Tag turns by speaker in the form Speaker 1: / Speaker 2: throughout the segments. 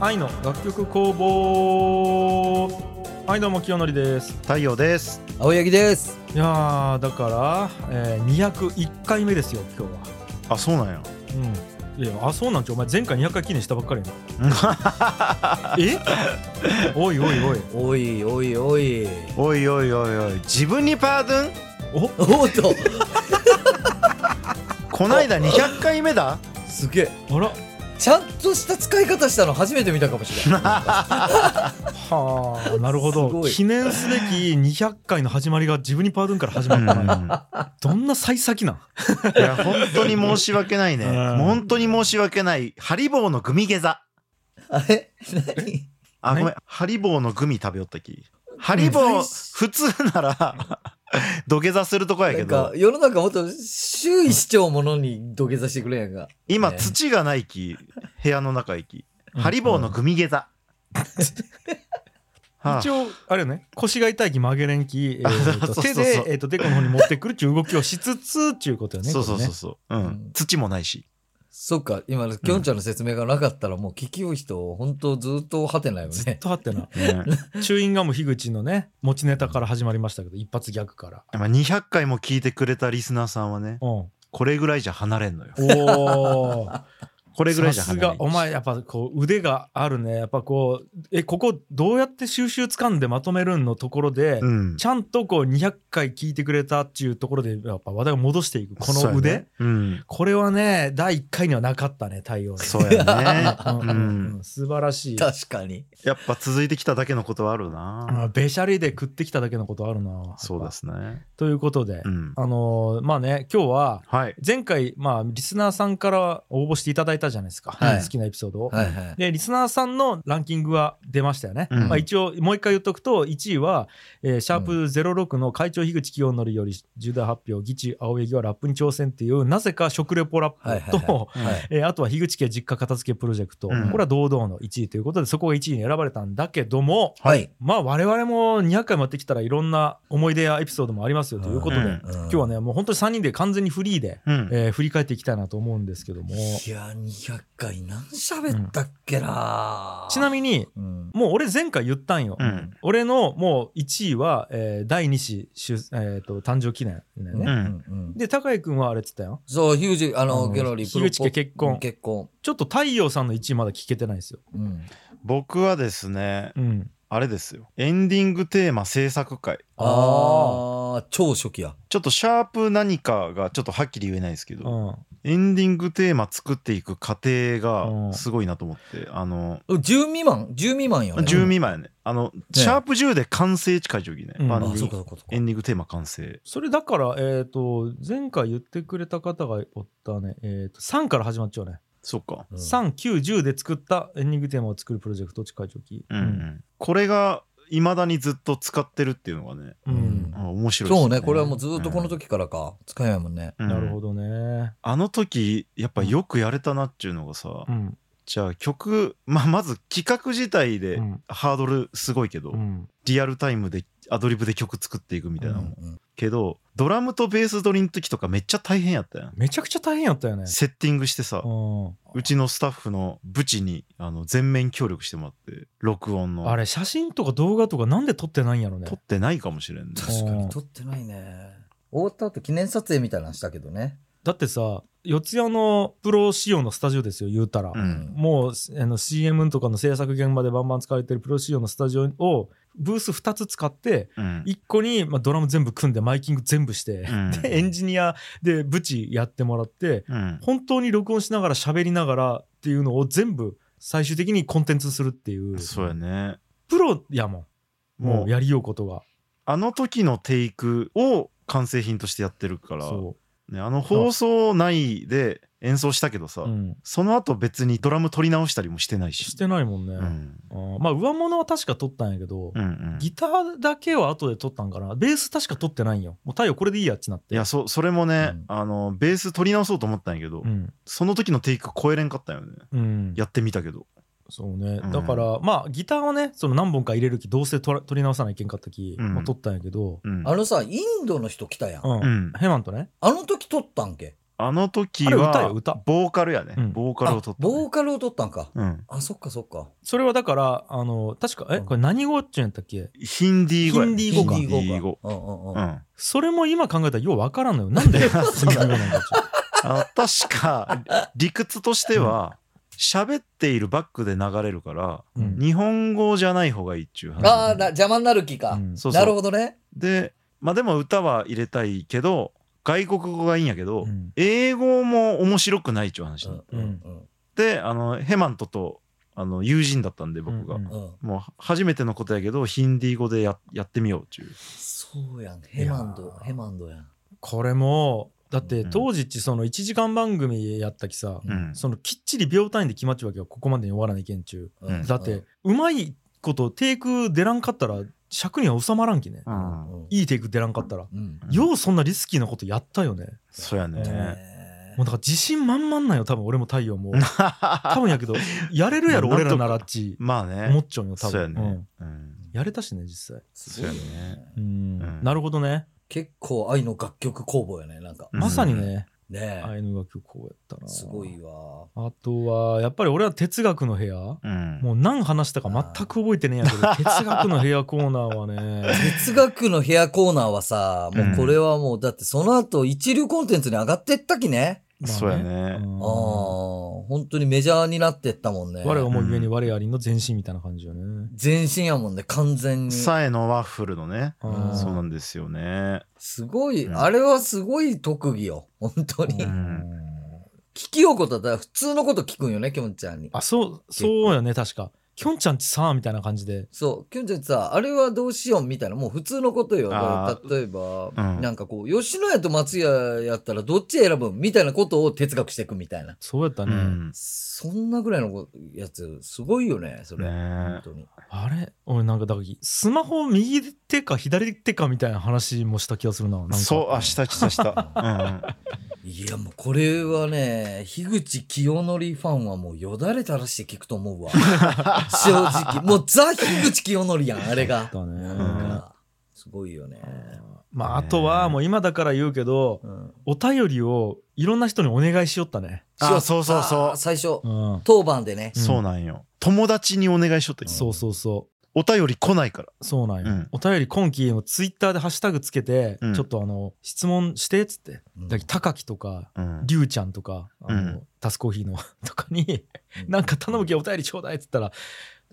Speaker 1: 愛の楽曲工房はいどうも清則です
Speaker 2: 太陽です
Speaker 3: 青柳です
Speaker 1: いやーだから、えー、201回目ですよ今日は
Speaker 2: あそうなんや
Speaker 1: うんいやあそうなんちゃうお前前回200回記念したばっかり やなえおいおいおい
Speaker 3: おいおい
Speaker 2: お
Speaker 3: おい
Speaker 2: いおいおいおい自分にパードゥン
Speaker 1: お
Speaker 3: おっと
Speaker 2: こないだ200回目だ
Speaker 3: すげえ
Speaker 1: あら
Speaker 3: ちゃんとした使い方したの初めて見たかも しれない
Speaker 1: はあなるほ
Speaker 3: す
Speaker 1: ど
Speaker 3: ごい
Speaker 1: 記念すべき200回の始まりが自分にパードゥンから始ま
Speaker 2: う
Speaker 1: っ
Speaker 2: ん
Speaker 1: たなどんな幸先なん
Speaker 2: いや本当に申し訳ないね
Speaker 1: うん
Speaker 2: 本当に申し訳ないハリボーのグミ下座
Speaker 3: あれ何
Speaker 2: あ
Speaker 1: ね
Speaker 2: ごめんハリボーのグミ食べよったきハリボー普通なら土下座するとこや
Speaker 3: な
Speaker 2: け
Speaker 3: んか
Speaker 2: ど
Speaker 3: 世の中もっと周囲市長ものに土下座してくれやんか
Speaker 2: 今
Speaker 3: ね
Speaker 2: 土がないき部屋の中行き
Speaker 1: うん
Speaker 2: ハリボーのグミ下座はあ
Speaker 1: 一応あれよね腰が痛いき曲げれんき、えーと
Speaker 2: そうそうそ
Speaker 1: 手
Speaker 2: う
Speaker 1: で、えー、とデコの方に持ってくるっていう動きをしつつっていうことよね
Speaker 2: そうそう
Speaker 1: これ
Speaker 2: そう
Speaker 1: ね
Speaker 2: そううん土もないし
Speaker 3: そっか今のきょんちゃんの説明がなかったらもう聞きよう人本当ずっとはてないよ
Speaker 1: ずっ
Speaker 3: ね
Speaker 1: とあ ってな
Speaker 2: ね
Speaker 1: チューインガム樋口のね持ちネタから始まりましたけど一発ギャグから、
Speaker 2: まあ、200回も聞いてくれたリスナーさんはね
Speaker 1: うん、 お
Speaker 2: これぐらいじゃ離れんのよ
Speaker 1: おー
Speaker 2: これぐらいじゃ
Speaker 1: さす
Speaker 2: 離れん
Speaker 1: がお前やっぱこう腕があるねやっぱこうえここどうやって収集つかんでまとめるんのところで、
Speaker 2: うん
Speaker 1: ちゃんとこう200回聞いてくれたっていうところでやっぱ話題を戻していくこ
Speaker 2: そう
Speaker 1: の
Speaker 2: や
Speaker 1: 腕、
Speaker 2: ね うん
Speaker 1: これはね第1回にはなかったね対応
Speaker 2: そうやね
Speaker 1: うん
Speaker 2: うん
Speaker 1: うん素晴らしい。
Speaker 3: 確かに
Speaker 2: やっぱ続いてきただけのことはあるな
Speaker 1: あべしゃりで食ってきただけのことあるな。
Speaker 2: そうで
Speaker 1: やっ
Speaker 2: すね
Speaker 1: ぱ。ということで、
Speaker 2: うん
Speaker 1: あのーまあね今日は
Speaker 2: はい
Speaker 1: 前回、まあ、リスナーさんから応募していただいたじゃないですか、
Speaker 3: はい
Speaker 1: 好きなエピソードを。
Speaker 3: はいはい
Speaker 1: でリスナーさんのランキングは出ましたよね。
Speaker 2: うん
Speaker 1: まあ、一応もう一回言っとくと1位は、えーシャープ06の会長樋口清則より重大発表「議事青柳はラップに挑戦」っていうなぜか食レポラップと、
Speaker 3: はいはいははい
Speaker 1: えーあとは樋口家実家片付けプロジェクト、
Speaker 2: うん
Speaker 1: これは堂々の1位ということでそこが1位に選ばれたんだけども
Speaker 3: はい
Speaker 1: まあ我々も200回もやってきたらいろんな思い出やエピソードもありますよということで、
Speaker 2: うん
Speaker 1: 今日はねもう本当に3人で完全にフリーで、
Speaker 2: うん
Speaker 1: えー振り返っていきたいなと思うんですけども
Speaker 3: いや200回何喋ったっけな、
Speaker 1: ちなみに
Speaker 3: うん
Speaker 1: もう俺前回言ったんよ。
Speaker 2: うん
Speaker 1: 俺のもう1位は、えー第2子出、えー、と誕生記念だよ
Speaker 3: うん
Speaker 1: ね。
Speaker 3: うんうん
Speaker 1: で高井君はあれっつったよ
Speaker 3: そう、ヒュージ、あ
Speaker 1: あ
Speaker 3: の、
Speaker 1: の
Speaker 3: ギャラリー、
Speaker 1: 樋口家結婚
Speaker 3: 結婚。
Speaker 1: ちょっと太陽さんの1位まだ聞けてないですよ。
Speaker 3: うん。
Speaker 2: 僕はですね
Speaker 1: うん、
Speaker 2: あれですよエンディングテーマ制作会
Speaker 3: ああ、超初期や。
Speaker 2: ちょっとシャープ何かがちょっとはっきり言えないですけ
Speaker 1: う
Speaker 2: ど
Speaker 1: ん
Speaker 2: エンディングテーマ作っていく過程
Speaker 1: うん
Speaker 2: がすごいなと思ってあの
Speaker 3: 10未満 ?10 未満よね。
Speaker 2: 10未満やねあのシャープ10で完成近い定規ね
Speaker 1: うん
Speaker 2: 番
Speaker 3: あ、そ
Speaker 2: 組
Speaker 3: うかそうかそう
Speaker 2: エ
Speaker 3: か。
Speaker 2: ンディングテーマ完成
Speaker 1: それだから、えっ、と、前回言ってくれた方がおったね、えっ、と、3から始まっちゃうね。
Speaker 2: そうか
Speaker 3: うん
Speaker 1: 3、9、10で作ったエンディングテーマを作るプロジェクト、近い時。
Speaker 2: うんうんこれがいまだにずっと使ってるっていうのがね
Speaker 1: うん。うん
Speaker 2: あ面白いですよ
Speaker 3: そうね、これはもうずっとこの時からか。使えないもんね。
Speaker 2: うん
Speaker 1: なるほ
Speaker 2: ど
Speaker 1: どね。
Speaker 2: あの時やっぱよくやれたなっていうのがさ
Speaker 1: うん。
Speaker 2: じゃあ曲まあまず企画自体で
Speaker 1: うん
Speaker 2: ハードルすごいけど
Speaker 1: うん。
Speaker 2: リアルタイムでアドリブで曲作っていくみたいなのも
Speaker 3: うん
Speaker 2: けどドラムとベース取りの時とかめっちゃ大変やったやん
Speaker 1: めちゃくちゃ大変やったよね。
Speaker 2: セッティングしてさ
Speaker 1: うん。
Speaker 2: うちのスタッフのブチにあの全面協力してもらって録音の
Speaker 1: あれ、写真とか動画とかなんで撮ってないんやろね
Speaker 2: 撮。ってないかもしれんね
Speaker 3: 確かに撮ってないね。終わった後記念撮影みたいなのしたけどね。
Speaker 1: だってさ、四谷のプロ仕様のスタジオですよ、言うたら。
Speaker 2: うん
Speaker 1: もうあの CM とかの制作現場でバンバン使われてるプロ仕様のスタジオをブース2つ使って
Speaker 2: うん
Speaker 1: 1個に、まあ、ドラム全部組んでマイキング全部して、
Speaker 2: うん
Speaker 1: でエンジニアでブチやってもらって
Speaker 2: うん
Speaker 1: 本当に録音しながら喋りながらっていうのを全部最終的にコンテンツするっていう
Speaker 2: そうやね
Speaker 1: プロやもんも
Speaker 2: も
Speaker 1: う
Speaker 2: う
Speaker 1: やりようことが
Speaker 2: あの時のテイクを完成品としてやってるから、
Speaker 1: そ
Speaker 2: ね、あの放送内で演奏したけどさ、
Speaker 1: う、うん、
Speaker 2: その後別にドラム取り直したりもしてないし
Speaker 1: してないもんね、
Speaker 2: うん
Speaker 1: あーまあ上物は確か撮ったんやけど、
Speaker 2: うんうんい
Speaker 1: ギターだけは後で撮ったんかなベース確か撮ってないんよもう太陽これでいいやっちなって
Speaker 2: やそそれもね、
Speaker 3: うん
Speaker 2: あのベース取り直そうと思ったんやけど、
Speaker 1: うん
Speaker 2: その時のテイク超えれんかったよね
Speaker 1: うん、
Speaker 2: やってみたけど
Speaker 1: そうね、
Speaker 2: うん
Speaker 1: だからまあギターはねその何本か入れるきどうせ取ら取り直さないけんかったき、
Speaker 2: うん
Speaker 1: まあ、取ったんやけど、
Speaker 2: うん
Speaker 3: あのさ、インドの人来たやん。
Speaker 1: うん
Speaker 2: うん
Speaker 1: ヘマンとね
Speaker 3: あの時撮ったんけ。
Speaker 2: あの時
Speaker 1: あれ歌よ
Speaker 2: は
Speaker 1: 歌
Speaker 2: ボーカルやね、
Speaker 1: うん
Speaker 2: ボーカルを取った、
Speaker 3: ボーカルを取ったんか。
Speaker 2: うん、
Speaker 3: あ、そっかそっか。
Speaker 1: それはだからあの確かえ
Speaker 3: うん
Speaker 1: これ何語っちゅうんやったっけ
Speaker 2: ヒンディー語やね
Speaker 1: ヒンディー語か
Speaker 2: ヒンディー語
Speaker 3: うんうんうん。
Speaker 2: うん、あ
Speaker 1: それも今考えたらようわからんのよ なんでヒンディー語なんだっちゅう
Speaker 2: の確か理屈としては喋っているバックで流れるから
Speaker 1: うん
Speaker 2: 日本語じゃない方がいいっちゅう話
Speaker 3: ああ、な邪魔になる気か。
Speaker 1: うん
Speaker 2: そうそう
Speaker 3: なるほどね。
Speaker 2: でまあでも歌は入れたいけど外国語がいいんやけど、
Speaker 1: うん
Speaker 2: 英語も面白くないっちゅう話になって、
Speaker 1: うん
Speaker 2: であのヘマントとあの友人だったんで僕が、
Speaker 1: うんうん
Speaker 3: うんうん
Speaker 2: もう初めてのことやけどヒンディー語でややってみようっちゅう
Speaker 3: そうやん。ヘマン
Speaker 1: い
Speaker 3: ド
Speaker 1: や、ー
Speaker 3: ヘマンドやん。
Speaker 1: これもだっ
Speaker 2: う
Speaker 1: て
Speaker 2: ん
Speaker 1: 当時っちその1時間番組やったきさ、
Speaker 2: うん
Speaker 1: そのきっちり秒単位で決まっちゃうわけよここまでに終わらないけんちゅ
Speaker 2: うん
Speaker 1: うだって、うまいことテイク出らんかったら尺には収まらんきね、
Speaker 2: う、
Speaker 3: うんん。
Speaker 1: いいテイク出らんかったら、
Speaker 3: うん。
Speaker 2: うん
Speaker 1: ようそんなリスキーなことやったよね、
Speaker 2: そうやね、
Speaker 3: ね
Speaker 1: もうだから自信満々なんよ多分俺も太陽も多分やけどやれるやろ
Speaker 2: なん
Speaker 1: 俺
Speaker 2: とから
Speaker 1: ならっち
Speaker 2: まあね
Speaker 1: 思っちゃうよ多分
Speaker 2: そうやね、
Speaker 1: うん
Speaker 2: うん
Speaker 1: やれたしね実際
Speaker 3: すごいよ
Speaker 2: そうやね
Speaker 3: ね。
Speaker 1: うん
Speaker 2: うん
Speaker 1: なるほどね
Speaker 3: 結構愛の楽曲工房やね、なんか。
Speaker 2: うん
Speaker 1: まさにね、
Speaker 3: ね
Speaker 1: アイヌが曲こうやったな
Speaker 3: すごいわ。
Speaker 1: あとはやっぱり俺は哲学の部屋
Speaker 2: うん
Speaker 1: もう何話したか全く覚えてねえんやけど 哲学の部屋コーナーはね
Speaker 3: 哲学の部屋コーナーはさ、もうこれはもう、だってその後一流コンテンツに上がってったきね。
Speaker 1: まあ
Speaker 2: そうや
Speaker 1: う
Speaker 2: ね
Speaker 1: ん
Speaker 3: ああ、本当にメジャーになってったもんね。
Speaker 1: 我思うゆえに我ありの前身みたいな感じよね
Speaker 3: 全身やもんね、完全に。
Speaker 2: サエのワッフルのね
Speaker 1: うん
Speaker 2: そうなんですよね
Speaker 3: すごい、
Speaker 2: うん
Speaker 3: あれはすごい特技よ。本当に。
Speaker 2: うん
Speaker 3: 聞きようことだったら普通のこと聞くんよね、きょんちゃんに。
Speaker 1: あそうそうよね確かきょんちゃんちさみたいな感じで
Speaker 3: そう、きょんちゃんってさ、あれはどうしようみたいな、もう普通のことよ。
Speaker 2: あー
Speaker 3: 例えば、
Speaker 2: うん
Speaker 3: なんかこう、吉野家と松屋やったらどっち選ぶみたいなことを哲学していくみたいな。
Speaker 1: そうやった
Speaker 2: う
Speaker 1: ね、
Speaker 2: ん
Speaker 3: そんなぐらいのこやつ、すごいよね、それ。
Speaker 2: ね
Speaker 3: 本当に。
Speaker 1: あれ俺なんかだからスマホ右手か左手かみたいな話もした気がするななんか
Speaker 2: そうあしたしたした、うん
Speaker 3: いや、もうこれはね、樋口清則ファンはもうよだれ垂らして聞くと思 うわ。正直。もうザ・樋口清則やん、あれが。
Speaker 1: そうだね
Speaker 3: なんかすごいよね。
Speaker 1: まああとはもう今だから言うけど
Speaker 3: うん。
Speaker 1: お便りをいろんな人にお願いしよったね
Speaker 2: あそうそうそう
Speaker 3: あ最初
Speaker 1: う、ん
Speaker 3: 当番でね。
Speaker 2: そうなんよ友達にお願いしとって
Speaker 1: そうそうそう
Speaker 2: お便り来ないから
Speaker 1: そうなんよ、
Speaker 2: うん
Speaker 1: お便り今期もツイッターでハッシュタグつけて、
Speaker 2: うん
Speaker 1: ちょっとあの質問してっつって、
Speaker 3: うん
Speaker 1: だけど高木とか
Speaker 2: うん
Speaker 1: りゅうちゃんとかあの、
Speaker 2: うん
Speaker 1: タスコーヒーのとかになんか頼むけどお便りちょうだいっつったら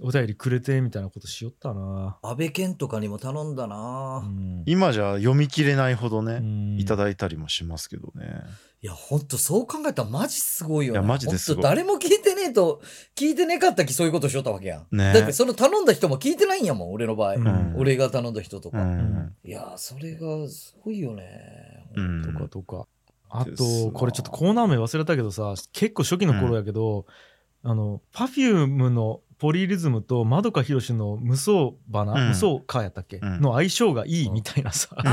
Speaker 1: お便りくれてみたいなことしよったな、
Speaker 3: 安倍健とかにも頼んだな、
Speaker 1: う
Speaker 3: い
Speaker 1: ん
Speaker 2: 今じゃ読み切れないほどね、いた
Speaker 1: だ
Speaker 2: だいたりもしますけどね。
Speaker 3: や、ほんとそう考えたらマジすごいよね。
Speaker 2: いやマジですごい
Speaker 3: ほんと誰も聞いてねえと、聞いてねかったきそういうことしよったわけやん。
Speaker 2: ね
Speaker 3: だってその頼んだ人も聞いてないんやもん、俺の場合。
Speaker 1: うん
Speaker 3: 俺が頼んだ人と
Speaker 2: う
Speaker 3: か。
Speaker 2: ん。
Speaker 3: いやー、それがすごいよね。
Speaker 2: うん
Speaker 1: とかとか、あ
Speaker 2: ですな
Speaker 1: とこれちょっとコーナー名忘れたけどさ結構初期の頃やけど、あの Perfume のポリリズムとまどかひろしの無双花、
Speaker 2: うん
Speaker 1: 無双花やったっけ、
Speaker 2: うん
Speaker 1: の相性がいいみたいなさ、
Speaker 2: うん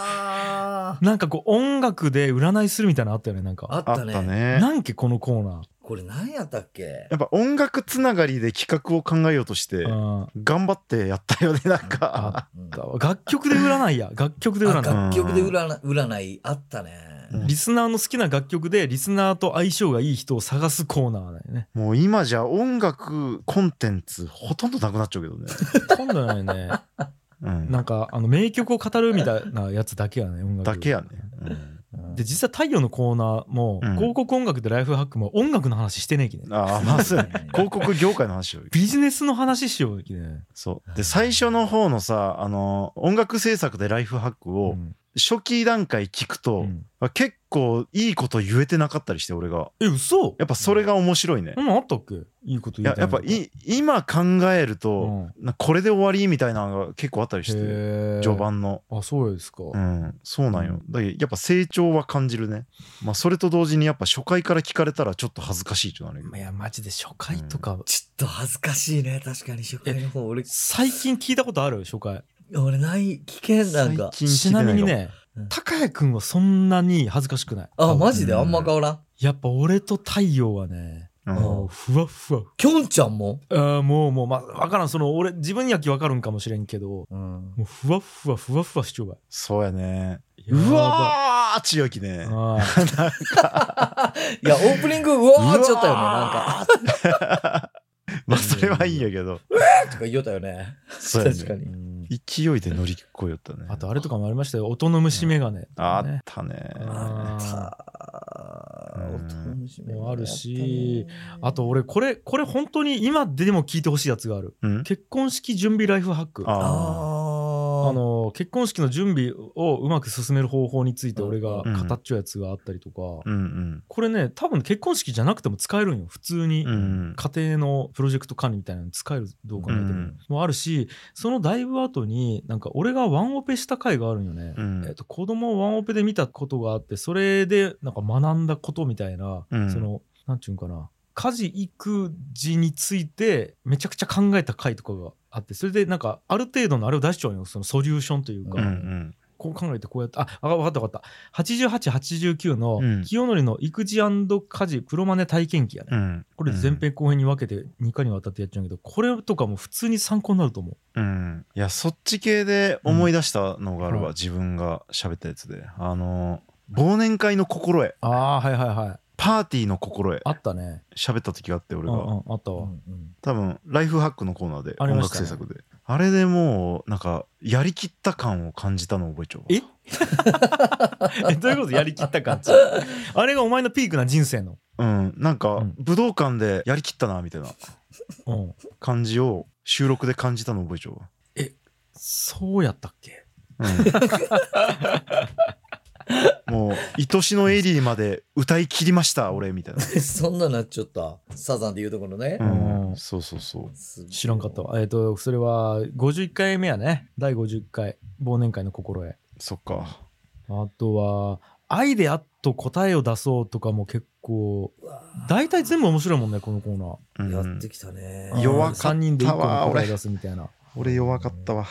Speaker 3: あー
Speaker 1: なんかこう音楽で占いするみたいなのあったよねなん
Speaker 3: あ
Speaker 1: か
Speaker 3: った
Speaker 2: あった
Speaker 3: ね。
Speaker 2: ね。
Speaker 1: なんけこのコーナ
Speaker 3: これ何やったっけ
Speaker 2: やっぱ音楽つながりで企画を考えようとして
Speaker 1: ー、うん
Speaker 2: 頑張ってやったよね、なんか。
Speaker 3: うん
Speaker 1: だわ楽曲で占いや楽曲で
Speaker 3: あ
Speaker 1: 占い
Speaker 3: 楽曲で占占いあったね。
Speaker 2: うん
Speaker 1: リスナーの好きな楽曲でリスナーと相性がいい人を探すコーナーだよね
Speaker 2: もう今じゃ音楽コンテンツほとんどなくなっちゃうけどね。
Speaker 1: ほとんどない ね
Speaker 2: うん
Speaker 1: なんかあの名曲を語るみたいなやつだけやね音楽
Speaker 2: だけやね。
Speaker 3: うん
Speaker 1: で実は太陽のコーナーも、
Speaker 2: うん
Speaker 1: 広告音楽でライフハックも音楽の話してねえきね
Speaker 2: うんああ、まず
Speaker 3: うん
Speaker 2: 広告業界の話を。
Speaker 1: ビジネスの話しようきね、
Speaker 2: そう。で、最初の方のさ、あの、音楽制作でライフハック
Speaker 1: う
Speaker 2: を
Speaker 1: ん
Speaker 2: 初期段階聞く
Speaker 1: う
Speaker 2: と、
Speaker 1: ん
Speaker 2: あ結構いいこと言えてなかったりして、俺が。
Speaker 1: え嘘
Speaker 2: やっぱそれが面白いね。
Speaker 1: うんあったっけいいこと
Speaker 2: い
Speaker 1: 言い
Speaker 2: や
Speaker 1: た
Speaker 2: や
Speaker 1: い
Speaker 2: っ
Speaker 1: の
Speaker 2: ぱい今考える
Speaker 1: う
Speaker 2: と、
Speaker 1: んへ
Speaker 2: なこれで終わりみたいなのが結構あったりして
Speaker 1: え
Speaker 2: 序盤の、
Speaker 1: あそうですか、
Speaker 2: うん、そうなん
Speaker 1: う
Speaker 2: よだけどやっぱ成長は感じるね、まあ、それと同時にやっぱ初回から聞かれたらちょっと恥ずかしいってなるよ
Speaker 1: いやマジで初回とか、
Speaker 3: ちょっと恥ずかしいね、確かに初回の方。俺、
Speaker 1: 最近聞いたことある初回
Speaker 3: 俺ない、危険なんか。
Speaker 2: 最近聞
Speaker 1: ち
Speaker 2: いて
Speaker 1: ないみに
Speaker 2: の
Speaker 1: ね
Speaker 3: うん
Speaker 1: 高谷君はそんなに恥ずかしくない
Speaker 3: あ、マジで
Speaker 2: うん
Speaker 3: あんま変わらん。
Speaker 1: やっぱ俺と太陽はね
Speaker 2: う
Speaker 3: うん
Speaker 2: ん
Speaker 1: もうふわふわ
Speaker 3: きょんちゃんも
Speaker 1: あーもうもうまあ分からんその俺自分にはき分かるんかもしれんけど
Speaker 3: うん。
Speaker 1: もうふわふわふわふわしちょうが
Speaker 2: そうやね
Speaker 1: い
Speaker 2: うわー強気
Speaker 1: あ
Speaker 2: ね。
Speaker 3: いや、オープニング、うわーっちゃったよね、なんか。
Speaker 2: まあそれはいいんやけど。
Speaker 3: とか言おったよね。
Speaker 2: そうやね
Speaker 3: 確かに。
Speaker 2: 勢いで乗り越えたね。
Speaker 1: あとあれとかもありましたよ音の虫眼鏡、ね、
Speaker 2: あったね。
Speaker 1: あー
Speaker 3: あ
Speaker 2: うん
Speaker 1: もあるし、あと俺これこれ本当に今でも聞いてほしいやつがある
Speaker 2: うん。
Speaker 1: 結婚式準備ライフハックあ
Speaker 2: あ
Speaker 3: あの、
Speaker 1: の結婚式の準備をうまく進める方法について俺が
Speaker 2: うん
Speaker 1: 語っちゃうやつがあったりとか、
Speaker 2: あ。うん
Speaker 1: これね多分結婚式じゃなくても使えるんよ普通に
Speaker 2: うん。うん
Speaker 1: 家庭のプロジェクト管理みたいなの使えるどう考えても、
Speaker 2: うん
Speaker 1: もあるしそのだいぶ後になんか俺がワンオペした回があるんよね、
Speaker 2: うん。
Speaker 1: えっと、子供をワンオペで見たことがあってそれでなんか学んだことみたいな、
Speaker 2: うん
Speaker 1: そのなんていうんかな家事育児についてめちゃくちゃ考えた回とかがあってそれでなんかある程度のあれを出しちゃうよそのソリューションというか、
Speaker 2: うんうん
Speaker 1: こう考えてこうやってああ分かった分かった8889の
Speaker 2: うん
Speaker 1: 清則の育児家事プロマネ体験記やね、
Speaker 2: うん。
Speaker 1: これ前編後編に分けて2回にわたってやっちゃうんやけどこれとかも普通に参考になると思う。
Speaker 2: うん、いやそっち系で思い出したのがあるわ、
Speaker 1: うん
Speaker 2: 自分が喋ったやつであの忘年会の心得
Speaker 1: あーはいはいはい
Speaker 2: パーティーの心得
Speaker 1: あったね。
Speaker 2: 喋った時があって俺
Speaker 1: う
Speaker 2: が、
Speaker 1: んうん、あったわ。
Speaker 2: 多分ライフハックのコーナーで
Speaker 1: あり
Speaker 2: 音
Speaker 1: まし
Speaker 2: 楽
Speaker 1: たね
Speaker 2: 制作であれでもうなんかやりきった感を感じたのを覚えちゃうわ
Speaker 1: ええ どういうことやりきった感じあれがお前のピークな人生の、
Speaker 2: うんなん
Speaker 1: う
Speaker 2: か
Speaker 1: ん
Speaker 2: 武道館でやりきったなみたいな
Speaker 1: うん、
Speaker 2: 感じを収録で感じたのを覚えちゃうわ
Speaker 1: そうやったっけ
Speaker 2: うんもう愛しのエリーまで歌い切りました俺みたいな
Speaker 3: そんななっちゃった。サザンで言うところね。
Speaker 2: う
Speaker 1: うん
Speaker 2: ん、そうそうそう。
Speaker 3: すごい
Speaker 1: 知らんかった。わえっ、とそれは51回目やね第50回忘年会の心得
Speaker 2: そっか。
Speaker 1: あとは「愛でやっと答えを出そう」とかも結構
Speaker 3: うわ
Speaker 1: 大体全部面白いもんねこのコーナー
Speaker 2: うん
Speaker 3: やってきたね。
Speaker 1: あー。
Speaker 2: 弱かったわ
Speaker 1: 3人で1個の答え出すみたいな。
Speaker 2: 俺弱かったわ。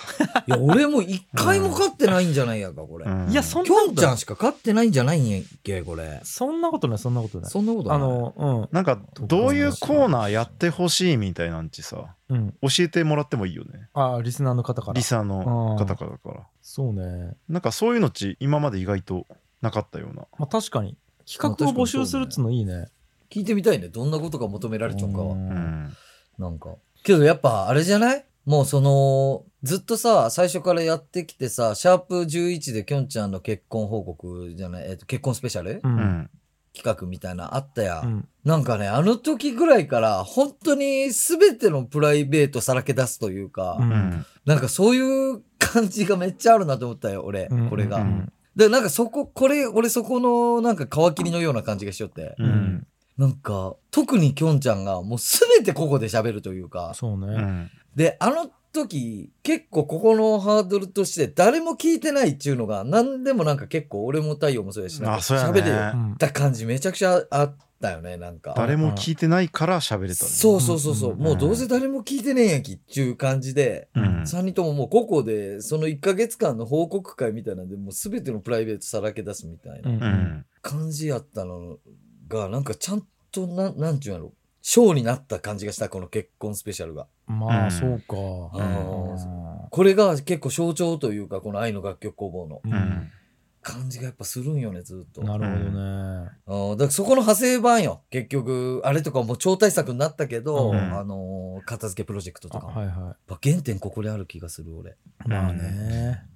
Speaker 3: いや、俺も一回も勝ってないんじゃないやか、これ。
Speaker 1: いやそん
Speaker 3: きょんちゃ
Speaker 1: なん
Speaker 3: しか勝ってないんじゃないんやっけ、これ。
Speaker 1: そんなことないそんなことない。
Speaker 3: そんなことない
Speaker 1: あの
Speaker 2: なんかどういうコーナーやってほしいみたいなんちさ
Speaker 1: うんうん
Speaker 2: 教えてもらってもいいよね
Speaker 1: あーリスナーの方から
Speaker 2: リサの方からだから
Speaker 1: そうね
Speaker 2: なんかそういうのち今まで意外となかったような
Speaker 1: まあ確かに企画を募集するっつうのいいね。
Speaker 3: 聞いてみたいね。どんなことが求められちゃうかは。
Speaker 2: うんん
Speaker 3: なんか。けどやっぱあれじゃないもうその、ずっとさ、最初からやってきてさ、シャープ11できょんちゃんの結婚報告じゃない、えっと、結婚スペシャル
Speaker 1: う
Speaker 2: うんん
Speaker 3: 企画みたいなあったや、。
Speaker 1: うんん
Speaker 3: なんかね、あの時ぐらいから、本当に全てのプライベートさらけ出すというか、
Speaker 1: うん
Speaker 2: うん
Speaker 3: なんかそういう感じがめっちゃあるなと思ったよ、俺、
Speaker 1: うん
Speaker 3: これが。
Speaker 2: うんうん
Speaker 3: で、なんかそこ、これ、俺そこの、なんか皮切りのような感じがしよって。
Speaker 2: うんうん
Speaker 3: なんか、特にきょんちゃんがもう全てここで喋るというか、
Speaker 1: そうね、
Speaker 2: うん
Speaker 3: で、あの時、結構ここのハードルとして誰も聞いてないっていうのが、何でもなんか結構俺も太陽もそうやし、なん
Speaker 2: あ
Speaker 3: か
Speaker 2: そうや
Speaker 3: 喋れ
Speaker 2: ね
Speaker 1: うん
Speaker 3: た感じめちゃくちゃあったよね、なんか。
Speaker 2: 誰も聞いてないから喋れたね
Speaker 3: そうそうそうそう、
Speaker 1: うん
Speaker 3: もうどうせ誰も聞いてねえんやきっていう感じで、
Speaker 2: うん
Speaker 3: 3人とももうここで、その1ヶ月間の報告会みたいなんで、もう全てのプライベートさらけ出すみたいな
Speaker 1: うん
Speaker 2: うん
Speaker 3: 感じやったのが、なんかちゃんとな、なんちゅうんやろ、ショーになった感じがした、この結婚スペシャルが。
Speaker 1: ま
Speaker 2: うん
Speaker 1: あそうか。
Speaker 3: うんこれが結構象徴というか、この愛の楽曲工房の
Speaker 1: う
Speaker 2: うんん
Speaker 3: 感じがやっぱするんよね、ずっと。
Speaker 1: なるほどね。
Speaker 3: うんだからそこの派生版よ。結局、あれとかも超大作になったけど、
Speaker 1: うん
Speaker 3: あのー片付けプロジェクト
Speaker 1: あ
Speaker 3: とかも。
Speaker 1: はいは
Speaker 3: やっぱ原点ここである気がする、俺。
Speaker 1: い。まあね。
Speaker 2: ね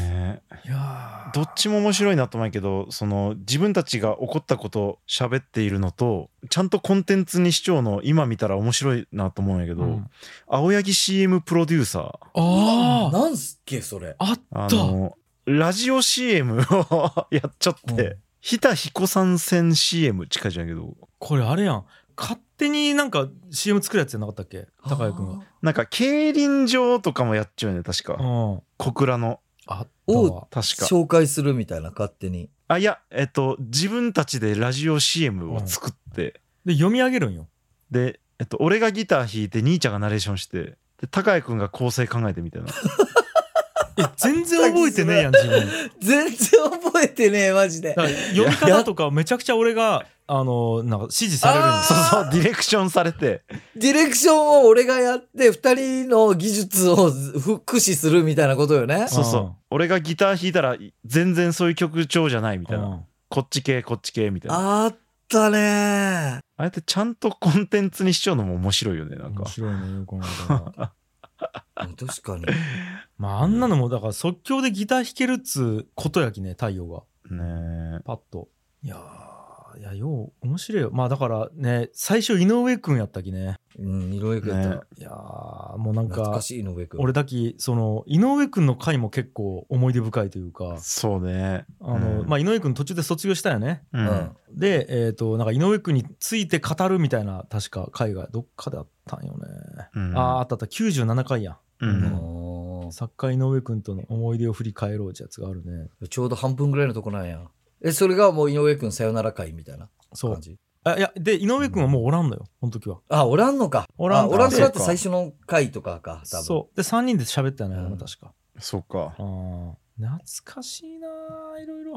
Speaker 2: え
Speaker 1: いや
Speaker 2: どっちも面白いなと思うけどその自分たちが起こったことを喋っているのとちゃんとコンテンツに視聴の今見たら面白いなと思うんやけど、
Speaker 1: うん
Speaker 2: 青柳 CM プロデューサ
Speaker 1: ああ
Speaker 3: なんすっけ、それ。
Speaker 1: あっ
Speaker 2: ーあ
Speaker 1: た
Speaker 2: のラジオ CM を やっちゃって、
Speaker 3: うん
Speaker 2: 日田彦山線 CM 近いじゃんやけど
Speaker 1: これあれやん。勝手になんか CM 作るやつじゃなかったっけ高谷君が。
Speaker 2: なんか競輪場とかもやっちゃうよね確
Speaker 1: う
Speaker 2: か
Speaker 1: ん。
Speaker 2: 小倉の
Speaker 1: あったわ。
Speaker 2: 確か
Speaker 3: 紹介するみたいな、勝手に。
Speaker 2: あいやえっと自分たちでラジオ CM を作って、
Speaker 1: で読み上げるんよ。
Speaker 2: で、えっと、俺がギター弾いて兄ちゃんがナレーションしてで高谷君が構成考えてみたいな
Speaker 1: え全然覚えてねえやん自分
Speaker 3: 全然覚えてねえ、マジで
Speaker 1: だ。から読み方とかめちゃくちゃ俺があのなんか指示されるんです
Speaker 2: そう
Speaker 3: あー
Speaker 2: そうディレクションされて
Speaker 3: ディレクションを俺がやって、二人の技術を駆使するみたいなことよね。
Speaker 2: そうそううん俺がギター弾いたら全然そういう曲調じゃないみたいな、
Speaker 1: うん
Speaker 2: こっち系こっち系みたいなあ
Speaker 3: あったね
Speaker 2: あやってちゃんとコンテンツにしちゃうのも面白いよねなんか
Speaker 1: 面白いねよく考えた ら
Speaker 3: 確かに。
Speaker 1: まああんなのもだから即興でギター弾けるっつことやきね太陽が
Speaker 2: ね
Speaker 1: パッといやーいやよう面白いよまあだからね最初井上くんやったきね
Speaker 3: うん、井上くんやっ
Speaker 2: ね
Speaker 3: た。
Speaker 1: いやーもうなん
Speaker 3: 懐
Speaker 1: か
Speaker 3: かしい井上くん。
Speaker 1: 俺だきその井上くんの回も結構思い出深いというか
Speaker 2: そうね
Speaker 1: あの、
Speaker 2: うん
Speaker 1: まあ、井上くん途中で卒業したよね
Speaker 2: う、
Speaker 3: うんん。
Speaker 1: で、えー、となんか井上くんについて語るみたいな確か回がどっかであったんよね、
Speaker 2: うん
Speaker 1: あああったあった97回や
Speaker 2: う
Speaker 3: あ
Speaker 2: ん
Speaker 3: のー
Speaker 1: 作家井上くんとの思い出を振り返ろうってやつがあるね
Speaker 3: ちょうど半分ぐらいのとこなんや。え、それがもう井上くんさよなら会みたいな
Speaker 1: そ
Speaker 3: 感
Speaker 1: う
Speaker 3: じ。
Speaker 1: あいやで井上くんはもうおらんのよこの時は
Speaker 3: あ、おらんのか。
Speaker 1: おらん
Speaker 3: あ
Speaker 1: の
Speaker 3: おらんくなって
Speaker 2: そうか
Speaker 3: 最初の回とかか、多分。
Speaker 1: そうで3人で喋ったよね、
Speaker 3: うん
Speaker 1: 確か
Speaker 2: そっか
Speaker 1: あー懐かしいなーいろいろ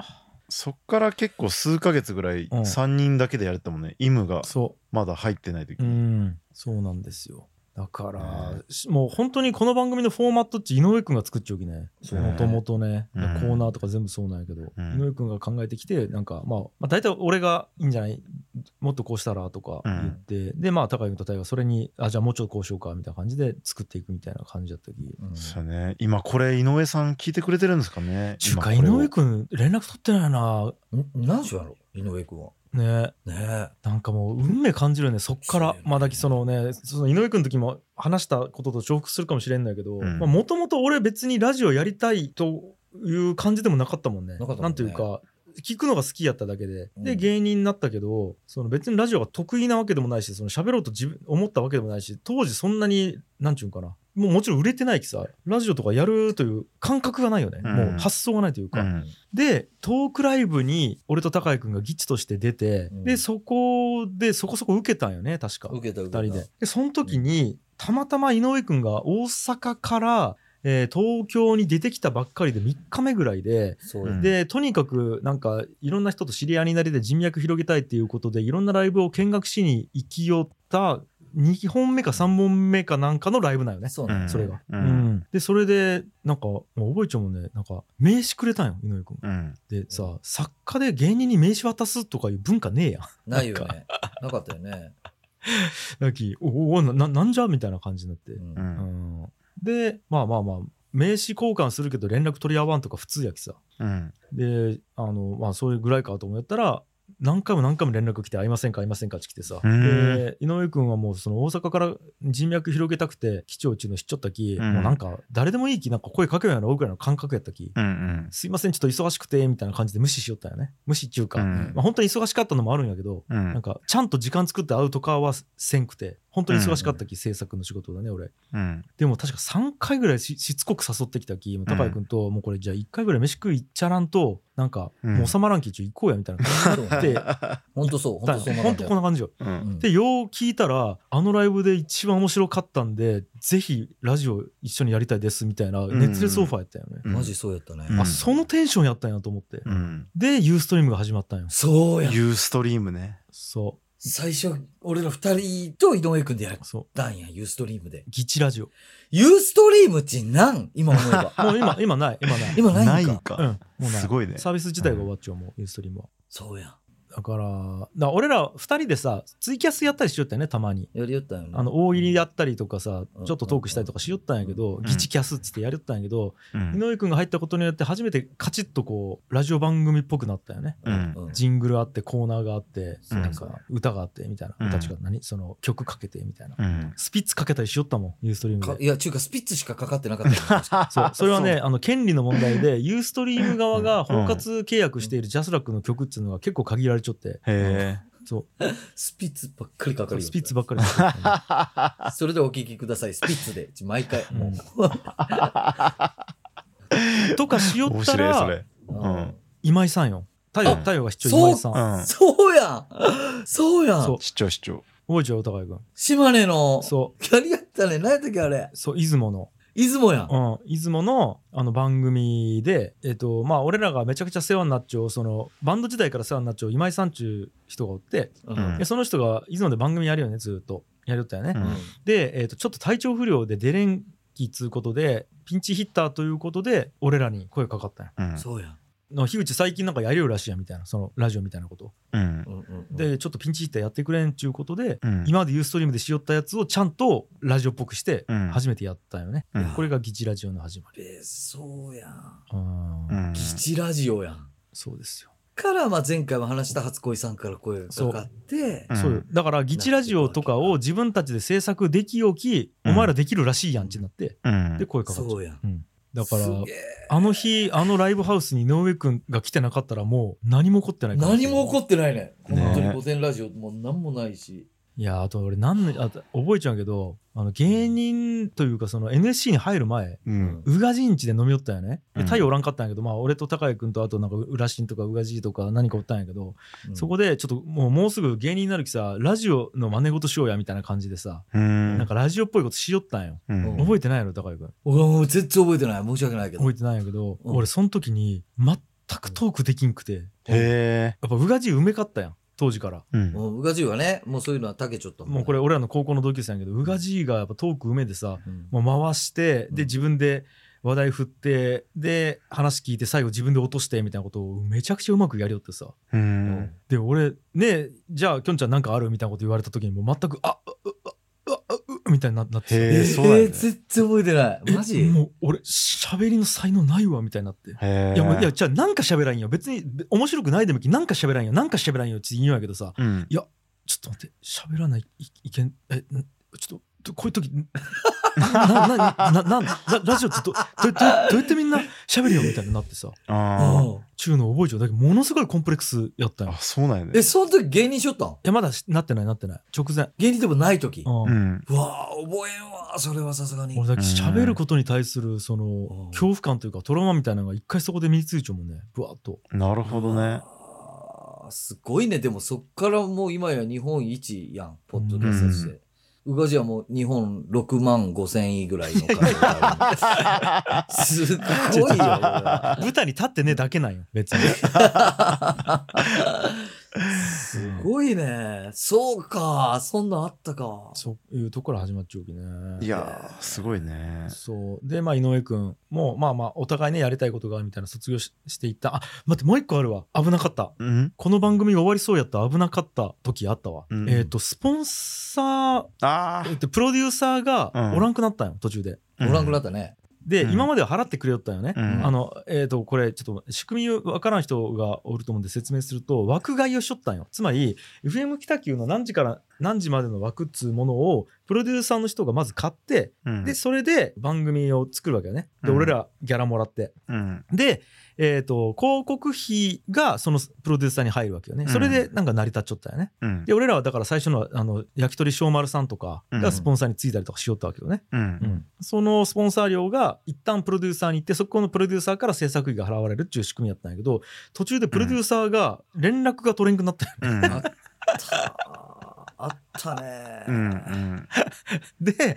Speaker 2: そっから結構数ヶ月ぐらい
Speaker 1: うん
Speaker 2: 3人だけでやれたもんね、イムが
Speaker 1: そう
Speaker 2: まだ入ってない時、
Speaker 1: うん、そうなんですよ。だから、
Speaker 2: ね
Speaker 1: しもう本当にこの番組のフォーマットって井上くんが作っちゃうきね。
Speaker 2: そうね
Speaker 1: もともとね、
Speaker 2: うん
Speaker 1: コーナーとか全部そうなんやけど、
Speaker 2: うん
Speaker 1: 井上くんが考えてきて、なんか、まあ、まあ、大体俺がいいんじゃないもっとこうしたらとか言って、で、まあ、高井君と大がそれに、あ、じゃあもうちょっとこうしようかみたいな感じで作っていくみたいな感じだったり。
Speaker 3: うん。
Speaker 2: そうね今これ井上さん聞いてくれてるんですかね
Speaker 1: ちゅうか、井
Speaker 2: 今これを
Speaker 1: 上くん連絡取ってないな。
Speaker 3: ん何しようやろ井上くんは。
Speaker 1: ね。
Speaker 3: ね
Speaker 1: なんかもう運命感じるよねそっか
Speaker 3: そう
Speaker 1: ら
Speaker 3: だよね
Speaker 1: まあだきそのねその井上君の時も話したことと重複するかもしれんだけど
Speaker 2: うん
Speaker 1: もともと俺別にラジオやりたいという感じでもなかったもんね
Speaker 3: なかったもんね
Speaker 1: なんていうか聞くのが好きやっただけで
Speaker 3: う
Speaker 1: で
Speaker 3: ん
Speaker 1: 芸人になったけどその別にラジオが得意なわけでもないしその喋ろうと自分思ったわけでもないし当時そんなになんていうんかなもうもちろん売れてないきさラジオとかやるという感覚がないよね、
Speaker 2: うん
Speaker 1: もう発想がないというか、
Speaker 2: うん
Speaker 1: でトークライブに俺と高井君がギチとして出て、
Speaker 3: うん
Speaker 1: でそこでそこそこ受けたんよね確か
Speaker 3: え。受けた受けた。
Speaker 1: 2人ででその時にたまたま井上君が大阪から、えー東京に出てきたばっかりで3日目ぐらいで。
Speaker 3: そう
Speaker 2: うん
Speaker 1: でとにかくなんかいろんな人と知り合いになりで人脈広げたいっていうことでいろんなライブを見学しに行き寄った2本目か3本目かなんかのライブなんよね
Speaker 3: そうなんだ
Speaker 2: うん
Speaker 1: それが、
Speaker 2: う
Speaker 1: うんんでそれでなんかもう覚えちゃうもんねなんか名刺くれたんよ井上君
Speaker 2: うん
Speaker 1: でさ作家で芸人に名刺渡すとかいう文化ねえやん
Speaker 3: ないよね。なかったよね。
Speaker 1: なんかおおなななんじゃみたいな感じになって、
Speaker 3: うん
Speaker 2: う
Speaker 1: うんんでまあまあまあ名刺交換するけど連絡取り合わんとか普通やきさ
Speaker 2: うん
Speaker 1: であのまあそういうぐらいかと思ったら何回も何回も連絡来て会いませんか会いませんかって来てさ、
Speaker 2: うん
Speaker 1: で井上君はもうその大阪から人脈広げたくて基調中の知っちゃったき、
Speaker 2: うん
Speaker 1: もうなんか誰でもいいきなんか声かけようやろうぐらいの感覚やったき、
Speaker 2: うん
Speaker 1: すいませんちょっと忙しくてみたいな感じで無視しよったよね無視っちゅうか、
Speaker 2: うん
Speaker 1: まあ、本当に忙しかったのもあるんやけど、
Speaker 2: うん
Speaker 1: なんかちゃんと時間作って会うとかはせんくて本当に忙しかったき、制作の仕事だね俺
Speaker 2: うん
Speaker 1: でも確か3回ぐらいししつこく誘ってきたきもう高井君と、もうこれじゃあ1回ぐらい飯食い行っちゃらんとなんか
Speaker 2: うん
Speaker 1: もう収まらんきちょ行こうやみたいな感じになって、
Speaker 3: 本当そう。本当そうな
Speaker 1: ほんとこんな感じよ。
Speaker 2: うん
Speaker 3: ん
Speaker 1: でよう聞いたらあのライブで一番面白かったんでぜひラジオ一緒にやりたいですみたいな熱烈オファーやったよね、
Speaker 2: うん
Speaker 3: マジそうやったね。
Speaker 2: うん
Speaker 1: あそのテンションやったんやと思って、
Speaker 2: うん
Speaker 1: で、ユーストリームが始まったんよ。
Speaker 3: そうや。
Speaker 2: ユーストリームね
Speaker 1: そ
Speaker 3: 最初、俺ら二人と井上くんでやっ
Speaker 1: う、そう。
Speaker 3: たんや、ユーストリームで。
Speaker 1: ギチラジオ。。
Speaker 3: ユーストリームちなん今思えば
Speaker 1: もう今、今ない、今ない。
Speaker 3: 今な
Speaker 2: ないい
Speaker 3: んか。
Speaker 1: うん、も
Speaker 2: か
Speaker 1: うない。
Speaker 2: すごいね
Speaker 1: サービス自体が終わっちゃう、もう、ユーストリームは。
Speaker 3: そうや。
Speaker 1: だから、な俺ら二人でさ、ツイキャスやったりしよったよね、たまに。
Speaker 3: やりよったんやね。
Speaker 1: あの、大喜利やったりとかさ
Speaker 3: う、ん
Speaker 1: ちょっとトークしたりとかしよったんやけど
Speaker 2: ん、
Speaker 1: ギチキャスっつってやりよったんやけど、
Speaker 2: う
Speaker 1: 井
Speaker 2: ん
Speaker 1: 上くんが入ったことによって、初めてカチッとこう、ラジオ番組っぽくなったよね。
Speaker 2: うん
Speaker 3: うん
Speaker 1: ジングルあって、コーナーがあって、
Speaker 2: うん
Speaker 1: なんか、歌があって、みたいな。
Speaker 2: うん
Speaker 1: 歌違う、何その、曲かけて、みたいな。
Speaker 2: うん
Speaker 1: スピッツかけたりしよったもん、ユーストリームで
Speaker 3: か。いや、中華スピッツしかかかってなかっ たよ
Speaker 1: そうそれは
Speaker 2: そ
Speaker 1: ねあの権利の問題でユーストリーム側が包括契約しているジャスラックの曲っていうのが結構限られちゃって
Speaker 2: へえ
Speaker 1: そ
Speaker 3: スピッツばっかりかか
Speaker 1: う
Speaker 3: るよ。
Speaker 1: スピッツばっかり作ってたね
Speaker 3: それでお聞きください、スピッツで。毎回。
Speaker 1: うん
Speaker 3: も
Speaker 1: とかしよ
Speaker 2: 面
Speaker 1: った
Speaker 2: 白いそ
Speaker 1: ら
Speaker 2: れ
Speaker 3: う。
Speaker 2: う
Speaker 3: うん
Speaker 2: ん
Speaker 1: 今井さんよ太陽
Speaker 2: あ
Speaker 1: 太陽が市長
Speaker 3: そう
Speaker 1: 今井さん
Speaker 2: うん
Speaker 3: そうやんそうや
Speaker 1: そうん
Speaker 2: 市長市長
Speaker 1: 覚えちゃうお互い君
Speaker 3: 島根の、
Speaker 1: そ
Speaker 3: キャリアったね。何やったっけ、あれ。
Speaker 1: うそう出雲の
Speaker 3: 出出雲やん。
Speaker 1: うん、出雲のあの番組で、えっとまあ、俺らがめちゃくちゃ世話になっちゃうそのバンド時代から世話になっちゃう今井さんちゅう人がおって、
Speaker 2: うん
Speaker 1: でその人が出雲で番組やるよねずっとやりよったよね、
Speaker 2: うん
Speaker 1: で、えっとちょっと体調不良で出れんきっつうことでピンチヒッターということで俺らに声かかったんよ
Speaker 2: う
Speaker 3: うんんそうやん。
Speaker 1: の樋口最近なんかやりよるらしいやみたいなそのラジオみたいなこと
Speaker 2: うん
Speaker 3: うんうんうん、
Speaker 1: でちょっとピンチヒッターやってくれんちゅうことで、
Speaker 2: うん
Speaker 1: 今までユーストリームでしよったやつをちゃんとラジオっぽくして
Speaker 2: うん
Speaker 1: 初めてやったよね、
Speaker 2: うん
Speaker 1: これが議事ラジオの始まり
Speaker 3: 別荘やん。
Speaker 1: うん
Speaker 2: うん
Speaker 3: 基地ラジオやん。
Speaker 1: そうですよ、
Speaker 3: から、まあ、前回も話した初恋さんから声がかかって
Speaker 2: う、ん
Speaker 1: そうよだから議事ラジオとかを自分たちで制作できおき、
Speaker 2: うん
Speaker 1: お前らできるらしいやんってなって、
Speaker 2: うん
Speaker 1: で声かかっちゃ
Speaker 3: そううやん。
Speaker 1: うんだから
Speaker 3: すげえ
Speaker 1: あの日あのライブハウスに井上君が来てなかったらもう何も起こってないかし
Speaker 3: 何
Speaker 1: れない
Speaker 3: も起こってないね。
Speaker 2: ね
Speaker 3: 本当に午前ラジオもう何もないし。
Speaker 1: いやあと俺何のあと覚えちゃうけどあの芸人というかその NSC に入る前
Speaker 2: うん
Speaker 1: 宇賀神地で飲み寄ったんよねで
Speaker 2: うん
Speaker 1: 太陽おらんかったんやけど、まあ俺と高井君とあとなんか浦新とか宇賀神とか何かおったんやけど、
Speaker 3: うん
Speaker 1: そこでちょっともうもうすぐ芸人になるきさラジオの真似事しようやみたいな感じでさ、
Speaker 2: うん
Speaker 1: なんかラジオっぽいことしよったんよ、
Speaker 2: うん
Speaker 1: 覚えてないの高井君
Speaker 3: 俺はもう全然覚えてない。申し訳ないけど。
Speaker 1: 覚えてないんやけど、
Speaker 3: うん
Speaker 1: 俺その時に全くトークできんくて、やっ
Speaker 2: へえ
Speaker 1: ぱ宇賀神うめかったやん当時から
Speaker 2: うん
Speaker 3: もう、宇賀十はね、もうそういうのはたけちょっと。
Speaker 1: もうこれ、俺らの高校の同級生やけど宇賀神がやっぱトークうめでさ
Speaker 3: うん
Speaker 1: もう回して
Speaker 3: うん
Speaker 1: で自分で話題振ってで話聞いて最後自分で落としてみたいなことをめちゃくちゃうまくやりよってさ
Speaker 2: う
Speaker 3: うんん
Speaker 1: で俺ねじゃあきょんちゃんなんかあるみたいなこと言われた時にもう全くあうううううみたいにななっ
Speaker 2: へ
Speaker 1: て
Speaker 2: えーそうなんだ
Speaker 3: えー全然覚えてない。
Speaker 1: え
Speaker 3: マジ
Speaker 1: もう俺喋りの才能ないわみたいになって
Speaker 2: へえ
Speaker 1: いやもういやじゃあなんか喋らんよ別にべ面白くないでもいいなんか喋らんよなんか喋らんよって言うんやけどさ
Speaker 2: うん
Speaker 1: ちょっと待って喋らないいいけんえんちょっとどこういう時 んなななななララジオってどどどどうやってみんな喋るよみたいになってさ
Speaker 2: あ
Speaker 3: うん
Speaker 1: 中の覚えちゃうだけどものすごいコンプレックスやったん
Speaker 2: ー
Speaker 1: よい
Speaker 2: あそうなんやね
Speaker 3: え、その時芸人しよったん
Speaker 1: やまだしなってないなってない直前
Speaker 3: 芸人でもない時。
Speaker 1: うん
Speaker 2: うん
Speaker 3: うわぁ、覚えんわそれはさすがに。
Speaker 1: 俺だけ喋ることに対するその
Speaker 3: うん
Speaker 1: 恐怖感というかトラウマみたいなのが一回そこで身についちゃうもんねぶわっと
Speaker 2: なるほどね
Speaker 3: あーすごいね。でもそっからもう今や日本一やん、ポッドキャストして。宇賀じはもう日本6万5千位ぐらいの数があるすごいよ。これは
Speaker 1: 舞台に立ってねだけなんよ別 に
Speaker 3: すごいね。そうか。そんなんあったか。
Speaker 1: そういうとこから始まっちゃうわけね
Speaker 2: いやーすごいね
Speaker 1: そうでまあ井上君もまあまあお互いねやりたいことがあるみたいな卒業ししていったあ待ってもう一個あるわ危なかった
Speaker 2: うん
Speaker 1: この番組が終わりそうやった危なかった時あったわ、
Speaker 2: うん
Speaker 1: えっ、とスポンサー、
Speaker 2: あ
Speaker 1: えっとプロデューサー
Speaker 2: うん
Speaker 1: がおらんくなったんよ途中で
Speaker 2: あ
Speaker 3: ご覧くな
Speaker 2: っ
Speaker 3: ったね。
Speaker 1: で、
Speaker 2: うん
Speaker 1: 今までは払ってくれよったんよね、
Speaker 2: うん
Speaker 1: あのえっ、とこれちょっと仕組みわからん人がおると思うんで説明すると枠買いをしとったんよつまり FM 北九の何時から何時までの枠っつうものをプロデューサーの人がまず買って、でそれで番組を作るわけよねで
Speaker 2: うん
Speaker 1: 俺らギャラもらって
Speaker 2: うん
Speaker 1: で、えー、と広告費がそのプロデューサーに入るわけよね
Speaker 2: うん
Speaker 1: それでなんか成り立っちゃったよね
Speaker 2: うん
Speaker 1: で俺らはだから最初のはあの焼き鳥小丸さんとか
Speaker 2: う
Speaker 1: が
Speaker 2: ん
Speaker 1: スポンサーについたりとかしよったわけよね、
Speaker 2: うん
Speaker 1: うんそのスポンサー料が一旦プロデューサーに行ってそこのプロデューサーから制作費が払われるっていう仕組みやったんやけど途中でプロデューサーが連絡が取れんくなったよ
Speaker 2: うん
Speaker 3: あった。あったね。
Speaker 2: うんうん
Speaker 1: で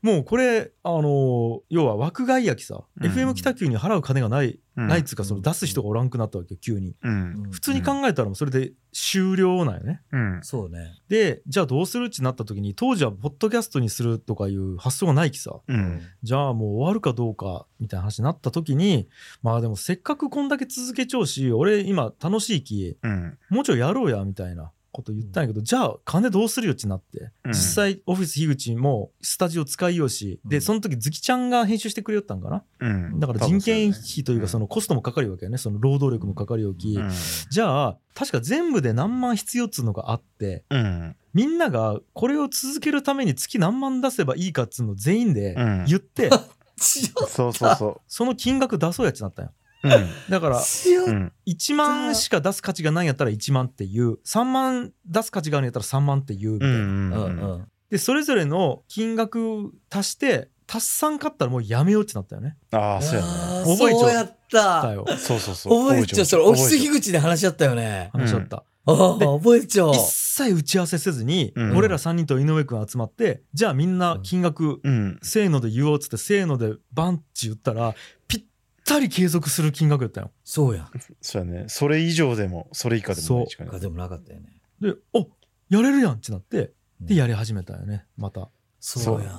Speaker 1: もうこれあの要は枠外焼きさ、
Speaker 2: うん
Speaker 1: FM 北九に払う金がない
Speaker 2: うん
Speaker 1: ないっつうかその
Speaker 3: うん
Speaker 1: 出す人がおらんくなったわけよ急に
Speaker 2: うん
Speaker 1: 普通に考えたらもうそれで終了なんよね
Speaker 2: うん
Speaker 3: そうね。
Speaker 1: でじゃあどうするってなった時に当時はポッドキャストにするとかいう発想がないきさ
Speaker 2: うん
Speaker 1: じゃあもう終わるかどうかみたいな話になった時にまあでもせっかくこんだけ続けちゃうし俺今楽しいき
Speaker 2: うん
Speaker 1: もうちょいやろうやみたいなこと言ったんやけど、じゃあ金どうするよってなって、
Speaker 2: うん
Speaker 1: 実際オフィス樋口もスタジオ使いようし、
Speaker 3: う
Speaker 1: で
Speaker 3: ん
Speaker 1: その時ズキちゃんが編集してくれよったんかな
Speaker 2: うん
Speaker 1: だから人件費というかそのコストもかかるわけよねその労働力もかかるようき、
Speaker 2: うん
Speaker 1: じゃあ確か全部で何万必要っつうのがあって
Speaker 2: うん
Speaker 1: みんながこれを続けるために月何万出せばいいかっつうの全員で
Speaker 2: うん
Speaker 1: 言って、
Speaker 3: ちょ
Speaker 2: そうそうそ
Speaker 1: その金額出そうやっつなったんよ
Speaker 2: ううん
Speaker 1: だから
Speaker 3: ちょ
Speaker 2: うん
Speaker 1: 1万しか出す価値がないんやったら1万っていう3万出す価値があるんやったら3万っていうみた
Speaker 2: う
Speaker 1: いな、
Speaker 2: んう
Speaker 3: う
Speaker 2: んん
Speaker 3: うん。
Speaker 1: でそれぞれの金額足して足さんかったらもうやめようってなったよね
Speaker 2: あ
Speaker 3: あ
Speaker 2: あそうやな
Speaker 3: ー
Speaker 1: 覚えちゃう
Speaker 3: そうやった
Speaker 1: だ。よ
Speaker 2: そうそうそう
Speaker 3: 覚えちゃう。それ、オフィス樋口で話し合ったよね。
Speaker 1: 話だった、
Speaker 3: ああ、
Speaker 1: で
Speaker 3: 覚えちゃう。
Speaker 1: 一切打ち合わせせずに、
Speaker 2: うん
Speaker 1: 俺ら3人と井上くん集まってじゃあみんな金額、
Speaker 2: うん。
Speaker 1: せーので言おうっつってせーのでバンチ言ったらぴったり継続する金額やったよ
Speaker 3: そうやん。
Speaker 2: そうやね。それ以上でも、それ以下でもないしか
Speaker 3: なん
Speaker 2: ね
Speaker 3: かでもなかったよね。
Speaker 1: でおやれるやんってなってで
Speaker 3: うん
Speaker 1: やり始めたよねまた
Speaker 3: そうやん。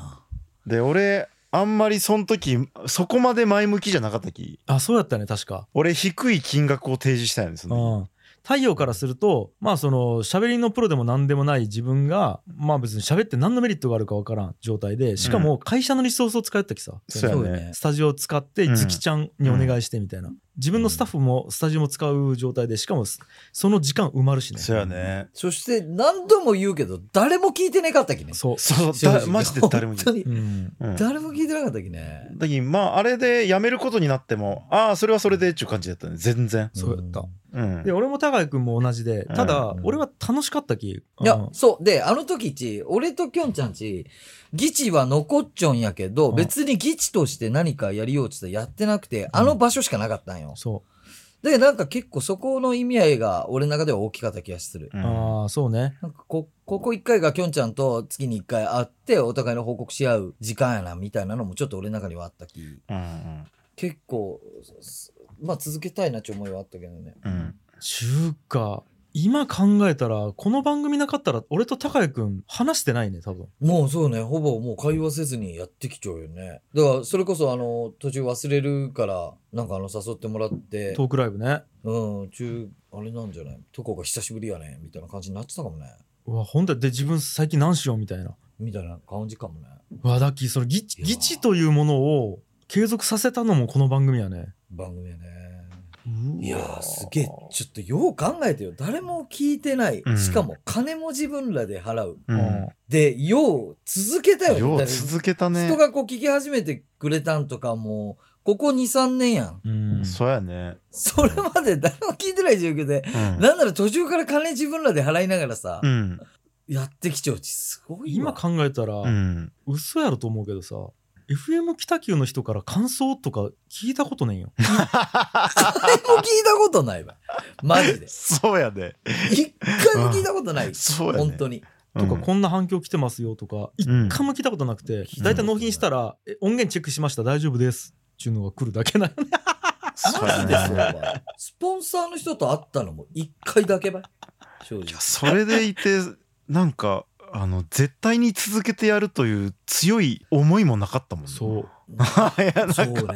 Speaker 2: で、俺、あんまりその時、そこまで前向きじゃなかったき。
Speaker 1: あそうやったね確か
Speaker 2: 俺、低い金額を提示したんです
Speaker 1: う
Speaker 2: よね。
Speaker 1: ん太陽からするとまあその喋りのプロでも何でもない自分がまあ別に喋って何のメリットがあるかわからん状態でしかも会社のリソースを使えたきさ、
Speaker 2: そうや
Speaker 3: そうよ
Speaker 2: ね。
Speaker 3: ね
Speaker 1: スタジオを使って
Speaker 2: うん
Speaker 1: ズキちゃんにお願いしてみたいな、自分のスタッフもスタジオも使う状態でしかもその時間埋まるしね
Speaker 2: そうやね。
Speaker 3: そして何度も言うけど、誰も聞いてなかったきね。
Speaker 1: そう
Speaker 2: そう、
Speaker 3: 正
Speaker 2: だ
Speaker 3: 直
Speaker 2: マジで誰も
Speaker 3: 本
Speaker 2: 言
Speaker 3: 当
Speaker 2: って
Speaker 3: に
Speaker 1: うん
Speaker 2: うん
Speaker 3: 誰も聞いてなかったきね。
Speaker 2: だけどまああれでやめることになってもああそれはそれでっていう感じだったね全然
Speaker 1: そうやった
Speaker 3: ん
Speaker 2: うん
Speaker 1: で俺も高井君も同じでただ
Speaker 3: うん
Speaker 1: 俺は楽しかったき
Speaker 3: いや
Speaker 1: うん、
Speaker 3: そう。で、あの時ち、俺ときょんちゃんち、ギチは残っちょんやけど、
Speaker 1: うん
Speaker 3: 別にギチとして何かやりようっつってやってなくて、あの場所しかなかったんよ。
Speaker 1: そ
Speaker 3: で、なんか結構そこの意味合いが俺の中では大きかった気がする。
Speaker 2: う
Speaker 1: う、
Speaker 2: ん
Speaker 1: ああそうね
Speaker 3: なんかこ、ここ1回がきょんちゃんと月に1回会って、お互いの報告し合う時間やな、みたいなのもちょっと俺の中にはあったき、
Speaker 2: うん
Speaker 3: 結構、すまあ続けたいなって思いはあったけどね。
Speaker 2: うん
Speaker 1: ちゅうか今考えたらこの番組なかったら俺と高井君話してないね多分
Speaker 3: もうそうね、ほぼもう会話せずにやってきちゃうよね。だから、それこそあの、途中忘れるから、なんかあの、誘ってもらって、
Speaker 1: トークライブね
Speaker 3: うん、中、あれなんじゃないとこが久しぶりやね、みたいな感じになってたかもね。
Speaker 1: うわ本当で自分最近何しようみたいな
Speaker 3: みたいな感じかもね。
Speaker 1: うわだっきそのギチ
Speaker 3: いや
Speaker 1: ギチというものを継続させたのもこの番組やね
Speaker 3: 番組やね。
Speaker 1: うわ
Speaker 3: いやーすげえちょっとよう考えてよ誰も聞いてない、
Speaker 2: うん
Speaker 3: しかも金も自分らで払う
Speaker 2: う
Speaker 1: うん
Speaker 2: ん
Speaker 3: でよう続けたよね
Speaker 2: よ
Speaker 3: だ
Speaker 2: う
Speaker 3: って
Speaker 2: 続けたね
Speaker 3: 人がこう聞き始めてくれたんとかもうここ23年やん
Speaker 1: うん
Speaker 2: そうやね
Speaker 3: それまで誰も聞いてない状況で、
Speaker 2: うん
Speaker 3: なんなら途中から金自分らで払いながらさ、
Speaker 2: うん
Speaker 3: やってきちゃうちすごい
Speaker 1: 今
Speaker 3: わ
Speaker 1: 考えたら、
Speaker 2: うん
Speaker 1: 嘘やろと思うけどさ FM 北九の人から感想とか聞いたことねえよ
Speaker 3: 誰も聞いたことないわマジで
Speaker 2: そうやね
Speaker 3: 一回も聞いたことな い、
Speaker 2: そうやね
Speaker 3: 本当に
Speaker 1: とか
Speaker 2: うん
Speaker 1: こんな反響来てますよとか一
Speaker 2: うん
Speaker 1: 回も聞いたことなくて
Speaker 3: うん
Speaker 1: 大体納品したらえ音源チェックしました大丈夫ですっていうのが来るだけなの
Speaker 2: そう
Speaker 3: マ
Speaker 2: や
Speaker 3: ジ
Speaker 2: ね
Speaker 3: でそうだわスポンサーの人と会ったのも一回だけばい正直
Speaker 2: いやそれでいて なんかあの絶対に続けてやるという強い思いもなかったもんね
Speaker 1: そう
Speaker 2: いやな
Speaker 3: そうんね
Speaker 2: か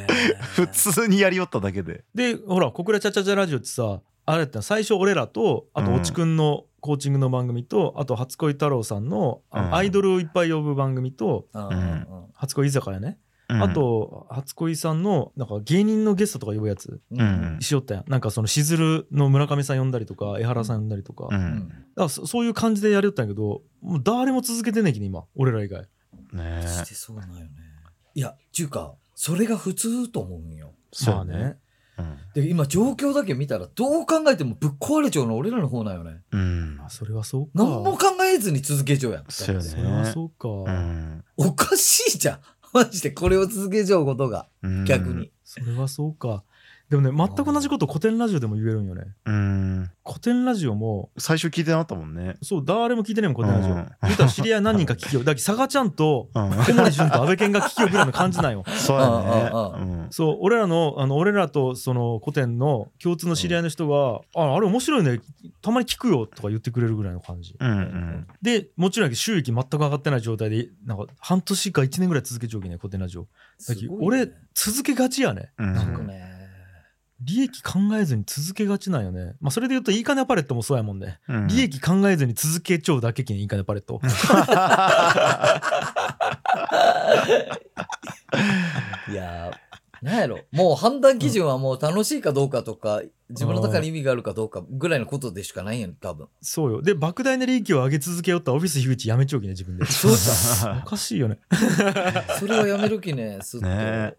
Speaker 2: 普通にやりよっただけで
Speaker 1: でほら「小倉チャチャチャラジオ」ってさあれやったの最初俺らとあと
Speaker 2: うん
Speaker 1: 落ちくんのコーチングの番組とあと初恋太郎さんのあ
Speaker 2: うん
Speaker 1: アイドルをいっぱい呼ぶ番組と
Speaker 3: うんうん
Speaker 1: 初恋居酒屋ね
Speaker 2: うん
Speaker 1: あと初恋さんのなんか芸人のゲストとか呼ぶやつ
Speaker 3: う
Speaker 2: うんん
Speaker 1: しよったやんなんかそのしずるの村上さん呼んだりとか江原さん呼んだりとか
Speaker 2: う
Speaker 1: だか
Speaker 2: ん
Speaker 1: らそそういう感じでやりよったんやけどもう誰も続けてねえきね今俺ら以外
Speaker 2: ね
Speaker 3: マジでそうなんよねいやちゅうかそれが普通と思うんよ
Speaker 2: そう
Speaker 1: まあ
Speaker 2: ねうん
Speaker 3: で今状況だけ見たらどう考えてもぶっ壊れちゃうの俺らの方なんよね
Speaker 2: うん
Speaker 1: あそれはそうか
Speaker 3: 何も考えずに続けちゃうやん
Speaker 2: そうやね
Speaker 1: それはそうか、
Speaker 2: うん
Speaker 3: おかしいじゃん マジでこれを続けちゃうことが
Speaker 2: うん
Speaker 3: 逆に
Speaker 1: それはそうかでもね全く同じこと古典ラジオでも言えるんよね
Speaker 2: うん
Speaker 1: 古典ラジオも
Speaker 2: 最初聞いてなかったもんね
Speaker 1: そう誰も聞いてないもん古典ラジオ、
Speaker 2: うん
Speaker 1: 言うたら知り合い何人か聞きようだけど佐賀ちゃんと
Speaker 2: うん
Speaker 1: 小森淳と安倍健が聞きようぐらいの感じなん よ
Speaker 2: そうやね
Speaker 3: うんう
Speaker 2: うん
Speaker 1: そう俺らのあの俺らとその古典の共通の知り合いの人が「ああれ面白いねたまに聞くよ」とか言ってくれるぐらいの感じ、
Speaker 2: うんうん
Speaker 1: でもちろんやけど収益全く上がってない状態でなんか半年か1年ぐらい続けちゃうわけね古典ラジオだけど俺続けがちやね
Speaker 2: うん
Speaker 3: なんかね
Speaker 1: 利益考えずに続けがちなんよねまあそれで言うといいかねパレットもそうやもんね、
Speaker 2: うん
Speaker 1: 利益考えずに続けちゃうだけけんいいかねパレット
Speaker 3: いやーなんやろもう判断基準はもう楽しいかどうかとか、自分の中に意味があるかどうかぐらいのことでしかないやん多分
Speaker 1: そうよで莫大な利益を上げ続けよったらオフィス樋口やめちゃうけんね自分で
Speaker 3: そうだ
Speaker 1: おかしいよね
Speaker 3: それはやめる気ねすっと、
Speaker 2: ね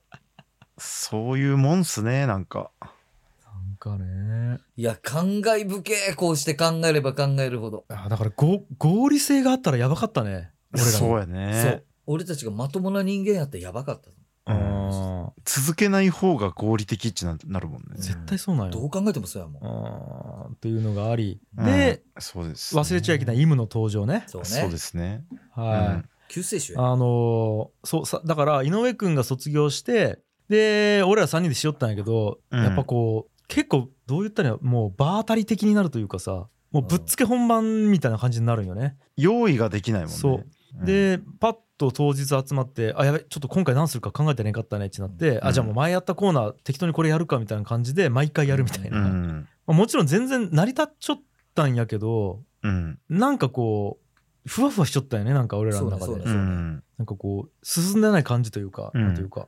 Speaker 2: そういうもんっすねなんか
Speaker 1: なんかね
Speaker 3: いや感慨深えこうして考えれば考えるほど、
Speaker 1: あだからご合理性があったらやばかったね俺らも
Speaker 2: そうや
Speaker 3: そう
Speaker 2: ね
Speaker 3: 俺たちがまともな人間やったらやばかった
Speaker 1: うん
Speaker 2: 続けない方が合理的ってななるもんね。
Speaker 1: 絶対そうなん
Speaker 3: ど
Speaker 1: よ
Speaker 3: う考えてもそうやもん。
Speaker 1: あーというのがあり
Speaker 2: うん
Speaker 1: で、、
Speaker 2: そうです、。
Speaker 1: 忘れちゃいけないいイムの登場ね
Speaker 3: そう
Speaker 2: そう
Speaker 3: ね
Speaker 2: で。すね。
Speaker 1: はい、
Speaker 2: うん
Speaker 3: 救世主や。
Speaker 1: あのーそうさだから井上くんが卒業してで俺ら3人でしよったんやけど、
Speaker 2: うん
Speaker 1: やっぱこう結構どう言ったらいいのもう場当たり的になるというかさもうぶっつけ本番みたいな感じになるんよね。
Speaker 2: 用意ができないもんね。
Speaker 1: そう
Speaker 2: うん、
Speaker 1: でパッと当日集まって「あやべちょっと今回何するか考えてなかったね」ってなって、
Speaker 2: う
Speaker 1: あ
Speaker 2: ん
Speaker 1: じゃあもう前やったコーナー適当にこれやるかみたいな感じで毎回やるみたいな、
Speaker 2: う
Speaker 1: ま
Speaker 2: ん。
Speaker 1: あもちろん全然成り立っちゃったんやけど
Speaker 2: うん。
Speaker 1: なんかこうふわふわしちゃったよねなんか俺らの中で
Speaker 3: そうだそう
Speaker 2: う
Speaker 3: だ
Speaker 2: ん。
Speaker 1: なんかこう進んでない感じというか、
Speaker 2: うん
Speaker 1: なんというか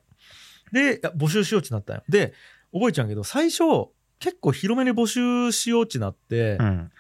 Speaker 1: でいや募集しようってなったんよで覚えちゃうけど最初結構広めに募集しようってなって、
Speaker 2: うん。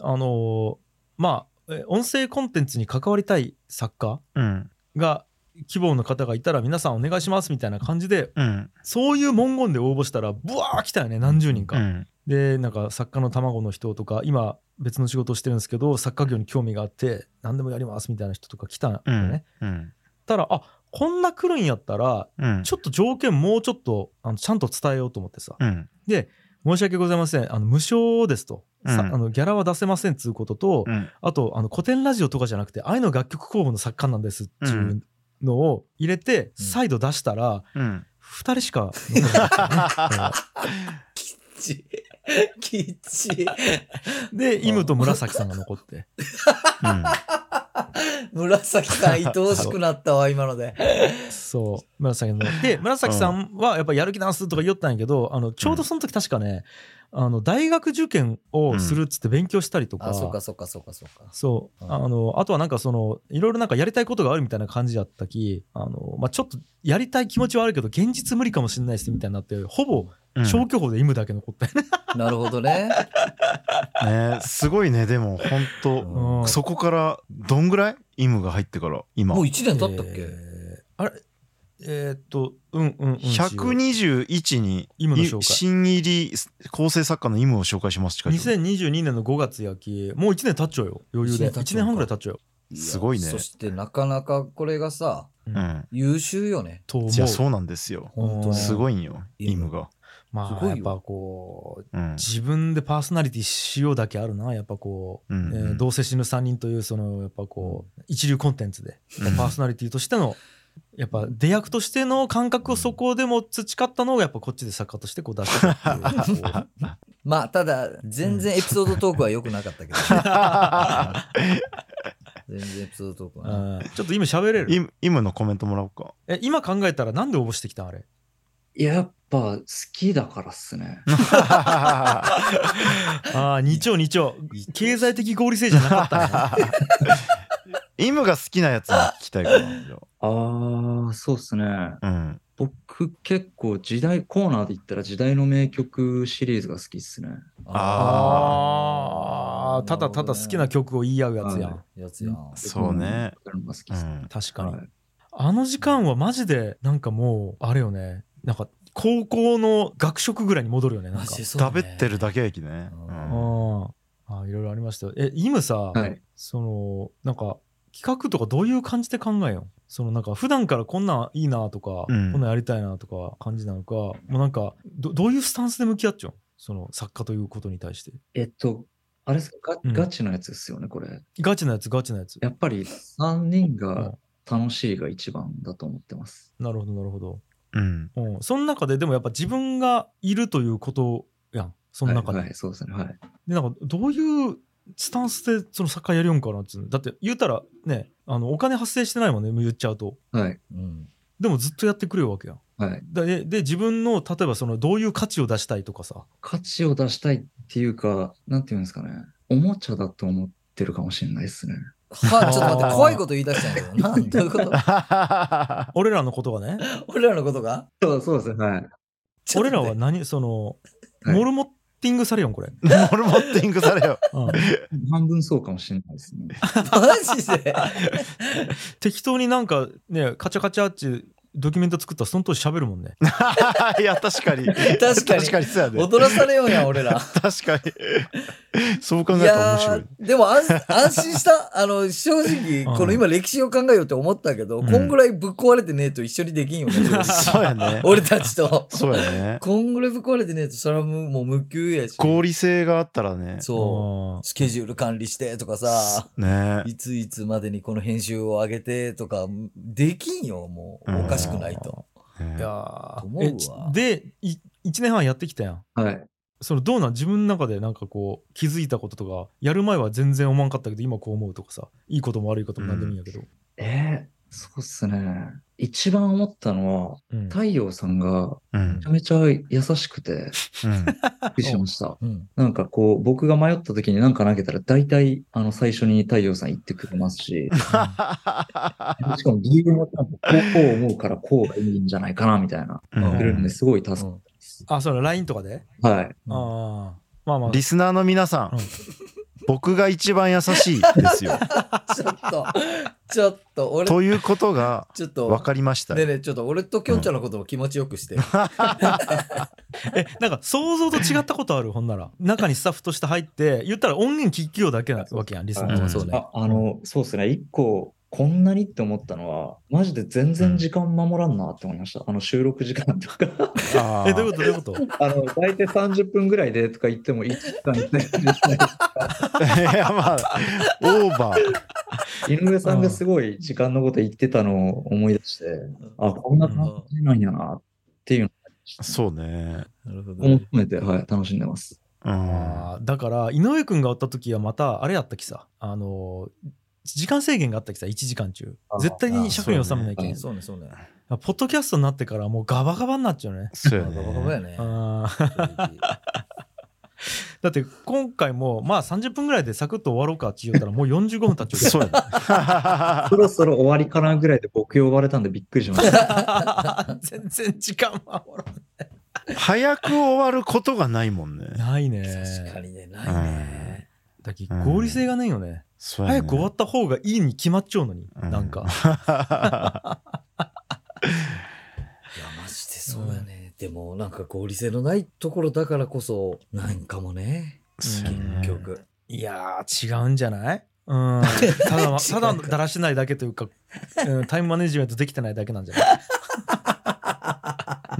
Speaker 1: あのーまあえ音声コンテンツに関わりたい作家
Speaker 2: うん。
Speaker 1: が希望の方がいたら皆さんお願いしますみたいな感じで
Speaker 2: うん。
Speaker 1: そういう文言で応募したらブワー来たよね何十人か。
Speaker 2: うん。
Speaker 1: でなんか作家の卵の人とか今別の仕事をしてるんですけど作家業に興味があって何でもやりますみたいな人とか来たんよ
Speaker 2: う
Speaker 1: ね。
Speaker 2: ん。うん。
Speaker 1: たらあこんな来るんやったら
Speaker 2: うん。
Speaker 1: ちょっと条件もうちょっとあのちゃんと伝えようと思ってさ
Speaker 2: うん。
Speaker 1: 申し訳ございませんあの無償ですと、さ
Speaker 2: うん
Speaker 1: あのギャラは出せませんっつうことと、
Speaker 2: うん。
Speaker 1: あとあの古典ラジオとかじゃなくて愛の楽曲公募の作家なんですっていうのを入れて、
Speaker 3: うん
Speaker 1: 再度出したら
Speaker 2: うん。
Speaker 1: 2人しか乗らなかったね
Speaker 3: きっち。きっち。
Speaker 1: でイムと紫さんが残って
Speaker 3: 紫さん、愛おしくなったわ、今ので。
Speaker 1: そう紫さんが残ってで紫さんはやっぱやる気ダンスとか言おったんやけどあのちょうどその時確かね、あの大学受験をするっつって勉強したりとか、
Speaker 3: あ、そうか、そうか、そうか、そうか。
Speaker 1: そう、
Speaker 3: うん
Speaker 1: あのあとはなんかそのいろいろなんかやりたいことがあるみたいな感じだったきあの、まあ、ちょっとやりたい気持ちはあるけど現実無理かもしれないですみたいになってほぼ
Speaker 2: うん。
Speaker 1: 消去法でイムだけ残ったよね、
Speaker 3: なるほどね。
Speaker 2: ねすごいね、でも、本当
Speaker 3: うん
Speaker 1: うん
Speaker 2: そこから、どんぐらいイムが入ってから、今。
Speaker 3: もう1年経ったっけ、
Speaker 1: えーあれえーっとうんうん、うん、
Speaker 2: 121に、
Speaker 1: イムの
Speaker 2: い
Speaker 1: 紹介
Speaker 2: 新入り構成作家のイムを紹介しますって書いてある
Speaker 1: 2022年の5月やきもう1年経っちゃうよ余裕で
Speaker 3: 一年経っちゃ
Speaker 1: 1年
Speaker 3: うのか
Speaker 1: 半ぐらい経っちゃうよ
Speaker 3: いや
Speaker 2: すごいね
Speaker 3: そしてなかなかこれがさ、
Speaker 2: うん
Speaker 3: 優秀よね。
Speaker 1: と思う
Speaker 2: じゃあそうなんですよ
Speaker 3: 本当
Speaker 1: うん
Speaker 3: に。
Speaker 2: すごいんよ
Speaker 3: イ
Speaker 2: イ
Speaker 3: ム
Speaker 2: ムが
Speaker 1: ますあ
Speaker 3: ごい
Speaker 1: やっ
Speaker 3: よ
Speaker 1: ぱこう
Speaker 2: うん
Speaker 1: 自分でパーソナリティしようだけあるなやっぱこう
Speaker 2: う
Speaker 1: えー
Speaker 2: ん
Speaker 1: どうせ死ぬ3人というそのやっぱこう一流コンテンツで
Speaker 2: うん
Speaker 1: パーソナリティとしてのやっぱ出役としての感覚をそこでも培ったのをやっぱこっちで作家としてこう出してたって いうこ
Speaker 3: まあ、ただ、全然エピソードトークは良くなかったけ ど。全然エピソードトーク
Speaker 1: う
Speaker 3: は
Speaker 1: う
Speaker 3: ね。
Speaker 1: んちょっと今喋れ
Speaker 2: イ
Speaker 1: る
Speaker 2: ムイムのコメントもらおうか
Speaker 1: え今考えたらなんで応募してきたんあれ
Speaker 4: やっぱ好きだからっすね。
Speaker 1: ああ二丁二丁経済的合理性じゃなかったね
Speaker 2: イムが好きなやつ聞きたいかなじゃ
Speaker 4: ああ、そうっすね。
Speaker 2: あうん
Speaker 4: 僕結構時代、コーナーで言ったら時代の名曲シリーズが好きっすね。
Speaker 1: ああただただ好きな曲を言い合うやつやん
Speaker 4: は
Speaker 3: ー。やつやん。
Speaker 2: そうね
Speaker 4: 僕のが好き
Speaker 2: う
Speaker 4: っすね。
Speaker 2: ん
Speaker 1: 確かに
Speaker 4: はい
Speaker 1: あの時間はマジでなんかもうあれよねなんか高校の学食ぐらいに戻るよねなんか
Speaker 3: そう
Speaker 2: だ
Speaker 3: ね
Speaker 2: べってるだけやきねうん
Speaker 1: ああいろいろありましたよえ今さ、
Speaker 4: はい
Speaker 1: そのなんか企画とかどういう感じで考えよんそのなんか普段からこんなんいいなとか、
Speaker 2: うん
Speaker 1: こんなんやりたいなとか感じなのかもうなんかどどういうスタンスで向き合っちゃうんその作家ということに対して
Speaker 4: えっと、あれっすか
Speaker 1: うん
Speaker 4: ガガチのやつっすよね、これ。
Speaker 1: ガチなやつガチなやつ
Speaker 4: やっぱり3
Speaker 1: う
Speaker 4: 人が
Speaker 1: ん
Speaker 4: 楽しいが一番だと思ってます。
Speaker 1: なるほどなるほど、
Speaker 2: うん
Speaker 1: うん、その中ででもやっぱ自分がいるということやんその中で、
Speaker 4: はい、はい、そうですね。はい。
Speaker 1: でなんかどういうスタンスでその作家やりよんかなっつうのだって言うたらねあのお金発生してないもんね言っちゃうと
Speaker 4: はい。
Speaker 3: うん。
Speaker 1: でもずっとやってくれるわけやん
Speaker 4: はい。
Speaker 1: だでで自分の例えばそのどういう価値を出したいとかさ
Speaker 4: 価値を出したいっていうか、なんていうんですかね。おもちゃだと思ってるかもしれないですね。
Speaker 3: はあ、ちょっと待っ
Speaker 1: あー
Speaker 3: て、怖いこと言い出したんやけど。なんどういうこと
Speaker 1: 俺らのことがね
Speaker 3: 俺らのことが
Speaker 4: そうそうですね。はい。
Speaker 3: ちょっと
Speaker 1: 俺
Speaker 3: 待
Speaker 1: ら
Speaker 3: って
Speaker 1: は何その、
Speaker 4: はい
Speaker 1: モルモッティングされよんこれ、
Speaker 2: モルモッティングされよ
Speaker 1: うん
Speaker 4: 半分そうかもしれないですね。
Speaker 3: マジで
Speaker 1: 適当になんかねカチャカチャっちドキュメント作ったらその当時喋るもんね。
Speaker 2: いや確かに
Speaker 3: 確かに
Speaker 2: 確かにそうやで
Speaker 3: 踊らされようやん、俺ら。
Speaker 2: 確かにそう考え
Speaker 3: い
Speaker 2: たら面
Speaker 3: や
Speaker 2: 白い
Speaker 3: ーでも安安心した。あの、正直、
Speaker 1: うん
Speaker 3: この今歴史を考えようって思ったけど、
Speaker 1: うん
Speaker 3: こんぐらいぶっ壊れてねえと一緒にできんよね。正直
Speaker 2: そうやね
Speaker 3: 俺たちと。
Speaker 2: そうやね
Speaker 3: こんぐらいぶっ壊れてねえと、それはもう無給やし。
Speaker 2: 合理性があったらね
Speaker 3: そう。
Speaker 1: あー
Speaker 3: スケジュール管理してとかさ、
Speaker 2: ね
Speaker 3: いついつまでにこの編集を上げてとか、できんよ、もう。
Speaker 2: うん
Speaker 3: おかしくないと。
Speaker 2: ね
Speaker 1: いや
Speaker 3: と
Speaker 1: ー
Speaker 3: 思うわ
Speaker 1: えちでい1年半やってきたやん。
Speaker 4: はい。
Speaker 1: そのどうなん自分の中でなんかこう気づいたこととかやる前は全然思わんかったけど今こう思うとかさいいことも悪いことも何でもいいんやけど。
Speaker 4: えー、そうっすね。一番思ったのは、
Speaker 1: うん
Speaker 4: 太陽さんが
Speaker 2: うん
Speaker 4: めちゃめちゃ優しくて、
Speaker 2: うん
Speaker 4: びっくりしました。
Speaker 3: うん。
Speaker 4: なんかこう、僕が迷った時に何か投げたら、大体、あの、最初に太陽さん言ってくれますし、しかも理由もちゃんとこうこう思うからこうがいいんじゃないかな、みたいな。
Speaker 2: うん
Speaker 4: くれるんですごい助か
Speaker 3: う
Speaker 4: る。
Speaker 3: ん
Speaker 1: あそれ LINE とかで、
Speaker 4: はい。
Speaker 3: うん
Speaker 1: ああまあまあ
Speaker 2: リスナーの皆さん、
Speaker 1: うん
Speaker 2: 僕が一番優しいで すよ
Speaker 3: ちょっと、ちょっと、俺、
Speaker 2: ということが
Speaker 3: ちょっと、
Speaker 2: 分かりました
Speaker 3: ねえねえちょっと俺ときょんちゃんのことも気持ちよくして。
Speaker 1: えなんか想像と違ったことあるほんなら中にスタッフとして入って言ったら音源聞きようだけなわけやんリスナー
Speaker 2: う
Speaker 1: と
Speaker 2: ん
Speaker 1: か
Speaker 3: そうね
Speaker 4: ああの、そうですね。一個、こんなにって思ったのは、マジで全然時間守らんなって思いました。あの、収録時間とか。
Speaker 2: あ ー
Speaker 1: えどういうことどういうこと
Speaker 4: あの、大体30分ぐらいでとか言っても、1時間全然しない
Speaker 2: いやまあオーバー
Speaker 4: 井上さんがすごい時間のこと言ってたのを思い出して、あ、こんな感じなんやなっていうの
Speaker 2: そうね
Speaker 3: なるほど
Speaker 4: を
Speaker 3: ね
Speaker 4: 含めて、はい、楽しんでます。
Speaker 2: うん
Speaker 1: あーだから井上君がおった時はまたあれやったきさあのー時間制限があったきさ1時間中
Speaker 4: あー
Speaker 1: 絶対に尺に収めなきゃいけない
Speaker 4: あー
Speaker 3: そうね、そうね。
Speaker 1: ポッドキャストになってからもうガバガバになっちゃうね
Speaker 2: そう
Speaker 3: バ
Speaker 2: や
Speaker 3: カバカ
Speaker 2: ね
Speaker 3: やね。
Speaker 1: あー
Speaker 3: 正
Speaker 1: だって今回もまあ30分ぐらいでサクッと終わろうかって言ったらもう45分経っちゃう
Speaker 2: そうやね
Speaker 4: そろそろ終わりかなぐらいで僕呼ばれたんでびっくりしました。
Speaker 1: 全然時間守ら
Speaker 2: 早く終わることがないもんね
Speaker 1: ないね
Speaker 3: 直確かにね、ないね。
Speaker 1: だけど合理性がないよね、
Speaker 2: そうやね
Speaker 1: 早く終わった方がいいに決まっちゃうのに、
Speaker 2: うん
Speaker 1: なんか
Speaker 3: いや、マジでそうやね。でも、なんか合理性のないところだからこそ、なんかもね、
Speaker 2: そうやね
Speaker 3: 結局。
Speaker 1: いやー違うんじゃないうん ただまただだらしないだけというか、うんタイムマネジメントできてない だけなんじゃな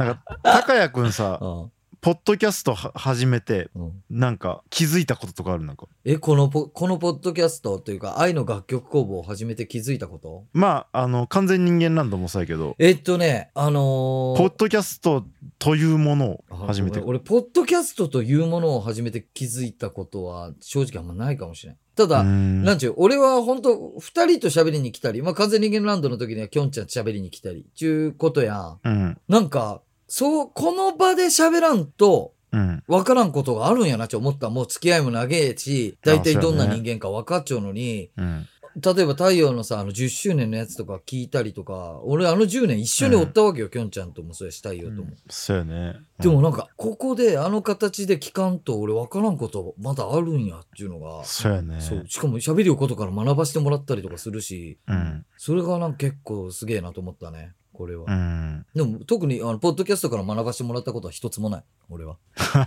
Speaker 1: い
Speaker 2: なんか高谷くんさ
Speaker 3: うん
Speaker 2: ポッドキャストは始めて
Speaker 3: うん
Speaker 2: なんか気づいたこととかあるなんか
Speaker 3: え、このポ、このポッドキャストというか、愛の楽曲工房を始めて気づいたこと
Speaker 2: まああの完全人間ランドもそうやけど
Speaker 3: えっとね、あのー
Speaker 2: ポッドキャストというもの
Speaker 3: あ
Speaker 2: を初めて
Speaker 3: ごめん俺、ポッドキャストというものを初めて気づいたことは、正直あんまないかもしれない。ただ、
Speaker 2: うん
Speaker 3: なんちゅう、俺は本当二人と喋りに来たり、まあ、完全人間ランドの時にはきょんちゃんと喋りに来たり、ちゅうことや、
Speaker 2: うん
Speaker 3: なんか、そう、この場で喋らんと、
Speaker 2: うん
Speaker 3: わからんことがあるんやなって思った。もう付き合いも長えし、大体
Speaker 2: あそ
Speaker 3: ど
Speaker 2: うんやね
Speaker 3: な人間か分かっちゃうのに、
Speaker 2: うん
Speaker 3: 例えば太陽のさ、あの10周年のやつとか聞いたりとか、俺あの10年一緒におったわけよ、きょんちゃんともそうやし、太陽とも。
Speaker 1: うん
Speaker 2: そうやね
Speaker 3: で
Speaker 2: う
Speaker 3: も
Speaker 2: ん
Speaker 3: なんか、ここであの形で聞かんと俺分からんことまだあるんやっていうのが、
Speaker 2: そうやね
Speaker 3: そう、しかも喋りをことから学ばせてもらったりとかするし、
Speaker 2: うん
Speaker 3: それがなんか結構すげえなと思ったね、これは。
Speaker 2: うん
Speaker 3: でも特にあの、ポッドキャストから学ばせてもらったことは一つもない、俺は。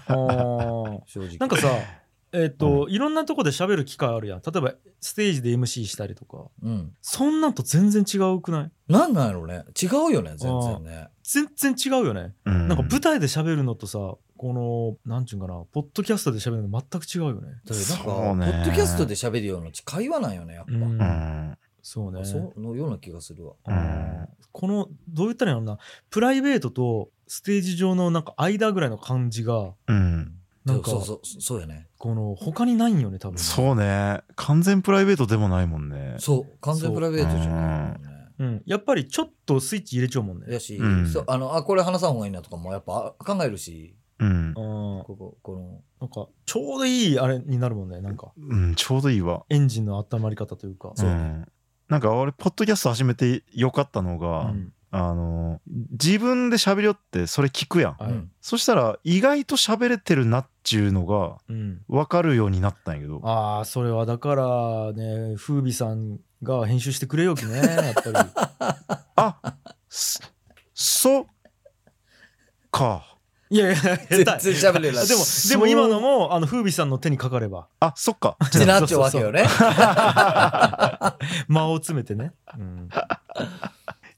Speaker 1: あー
Speaker 3: 正直。
Speaker 1: なんかさえっ、と、いろんなとこで喋る機会あるやん例えばステージで MC したりとか
Speaker 3: うん。
Speaker 1: そんなんと全然違うくない
Speaker 3: なんなんやろね違うよね、全然ね。
Speaker 1: 全然違うよね
Speaker 2: うん
Speaker 1: なんか舞台で喋るのとさこのなんちゅうんかなポッドキャストで喋るの全く違うよね
Speaker 3: だからなんか、
Speaker 2: そうね
Speaker 3: ポッドキャストで喋るような会話なんよね、やっぱ。
Speaker 1: うん
Speaker 2: うん
Speaker 1: そうね
Speaker 3: そのような気がするわ。
Speaker 2: うん
Speaker 1: このどう言ったらいいのかなプライベートとステージ上のなんか間ぐらいの感じが
Speaker 2: うん
Speaker 1: なんか
Speaker 3: そうそうそう、そうやね。
Speaker 1: この他にないんよね多分
Speaker 2: そうね完全プライベートでもないもんね
Speaker 3: そう、完全プライベートじゃないもんね。
Speaker 1: う、ん、やっぱりちょっとスイッチ入れちゃうもんね
Speaker 3: やし、
Speaker 2: うん
Speaker 3: そうあのあこれ話さん方がいいなとかもやっぱあ考えるし
Speaker 2: うん
Speaker 1: うん
Speaker 3: こここの
Speaker 1: なんかちょうどいいあれになるもんねなんか
Speaker 2: うんちょうどいいわ
Speaker 1: エンジンの温まり方というか
Speaker 3: そううん
Speaker 2: なんか俺ポッドキャスト始めてよかったの
Speaker 1: う
Speaker 2: が、
Speaker 1: ん
Speaker 2: あの自分で喋りよってそれ聞くやん
Speaker 1: はい
Speaker 3: うん
Speaker 2: そしたら意外と喋れてるなっちゅうのが
Speaker 1: うん
Speaker 2: 分かるようになったんやけど
Speaker 1: ああそれはだからね風美さんが編集してくれよきねやっぱり
Speaker 2: あすそか。
Speaker 1: いやいや、下手
Speaker 3: 全
Speaker 1: い
Speaker 3: 然喋れない。
Speaker 1: でも、
Speaker 2: そう
Speaker 1: でも今のも、あの、風美さんの手にかかれば、
Speaker 2: あ、そっか。
Speaker 3: ってなっちゃうわけよね。
Speaker 1: 間を詰めて ね。うん、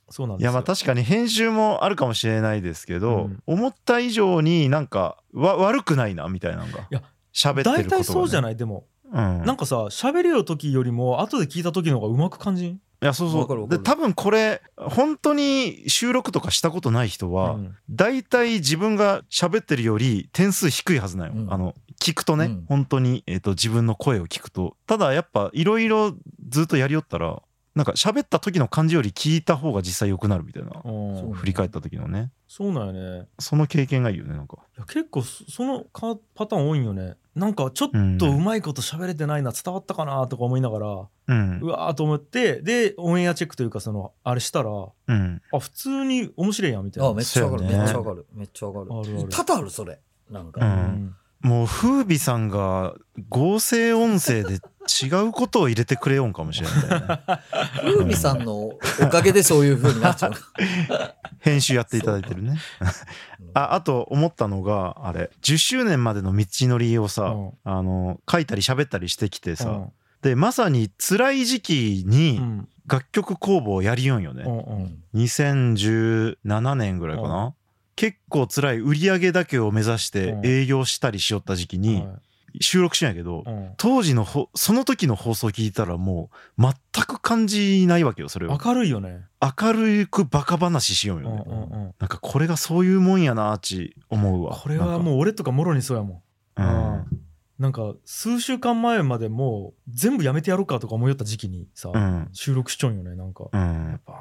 Speaker 1: そうなん
Speaker 2: い
Speaker 1: ですよ。
Speaker 2: やまあ確かに編集もあるかもしれないですけど、
Speaker 1: うん
Speaker 2: 思った以上になんかわ悪くないなみたいなのが
Speaker 1: や
Speaker 2: 喋っ
Speaker 1: 大
Speaker 2: てることが、ね、
Speaker 1: 体そうじゃ
Speaker 2: い、
Speaker 1: ないでも、
Speaker 2: うん、
Speaker 1: なんかさ、喋りの時よりも、後で聞いた時の方がうまく感じん
Speaker 2: いやそう
Speaker 3: わか
Speaker 2: そ
Speaker 3: るわ
Speaker 2: う
Speaker 3: か
Speaker 2: で
Speaker 3: る
Speaker 2: 多分これ本当に収録とかしたことない人は、
Speaker 1: うん
Speaker 2: 大体自分が喋ってるより点数低いはずなのよ、
Speaker 3: うん
Speaker 2: あの聞くとね、
Speaker 3: うん
Speaker 2: 本当に、えー、と自分の声を聞くとただやっぱいろいろずっとやりよったらなんか喋った時の感じより聞いた方が実際良くなるみたいな、
Speaker 1: うん
Speaker 3: そう
Speaker 2: 振り返った時のね
Speaker 1: そうなんよね。
Speaker 2: その経験がいいよねなんか
Speaker 1: いや結構そそのかパターン多いんよねなんかちょっとうまいこと喋れてないな、伝わったかなとか思いながら
Speaker 2: うん
Speaker 1: うわーと思ってでオンエアチェックというかそのあれしたら
Speaker 2: うん
Speaker 1: あ普通に面白いやんみたい
Speaker 3: あ
Speaker 1: な
Speaker 3: あめっちゃわかる、
Speaker 2: そうよね
Speaker 3: めっちゃわかる。めっちゃわか
Speaker 1: あるあ
Speaker 3: る。
Speaker 1: る
Speaker 3: 多々ある、それ。なん
Speaker 2: う
Speaker 3: か。
Speaker 2: んもう風美さんが合成音声で違うことを入れてくれよんかもしれな い、ね、
Speaker 3: 風味さんのおかげでそういう風になっちゃう。
Speaker 2: 編集やっていただいてるね ああと思ったのがあれ10周年までの道のりをさ、
Speaker 1: うん
Speaker 2: あの書いたり喋ったりしてきてさ、
Speaker 1: うん
Speaker 2: でまさに辛い時期に
Speaker 1: うん
Speaker 2: 楽曲公募をやりよんよね、
Speaker 1: うんう
Speaker 3: うんん
Speaker 2: 2017年ぐらいかな、結構辛い売り上げだけを目指して
Speaker 1: うん
Speaker 2: 営業したりしよった時期に
Speaker 1: は
Speaker 2: 収録しんやけど、
Speaker 1: いうん
Speaker 2: 当時のほその時の放送聞いたらもう全く感じないわけよそれを
Speaker 1: 明るいよね
Speaker 2: 明るくバカ話しよう
Speaker 1: う
Speaker 2: よ
Speaker 1: ん
Speaker 2: ね、
Speaker 1: うんうん
Speaker 2: なんかこれがそういうもんやなあち思うわ
Speaker 1: これは
Speaker 2: う
Speaker 1: もう俺とかもろにそうやもん
Speaker 2: うん
Speaker 1: なんか数週間前までもう全部やめてやろうかとか思いよった時期にさ、
Speaker 2: うん
Speaker 1: 収録しちょんよねなんか
Speaker 2: うん
Speaker 1: やっぱね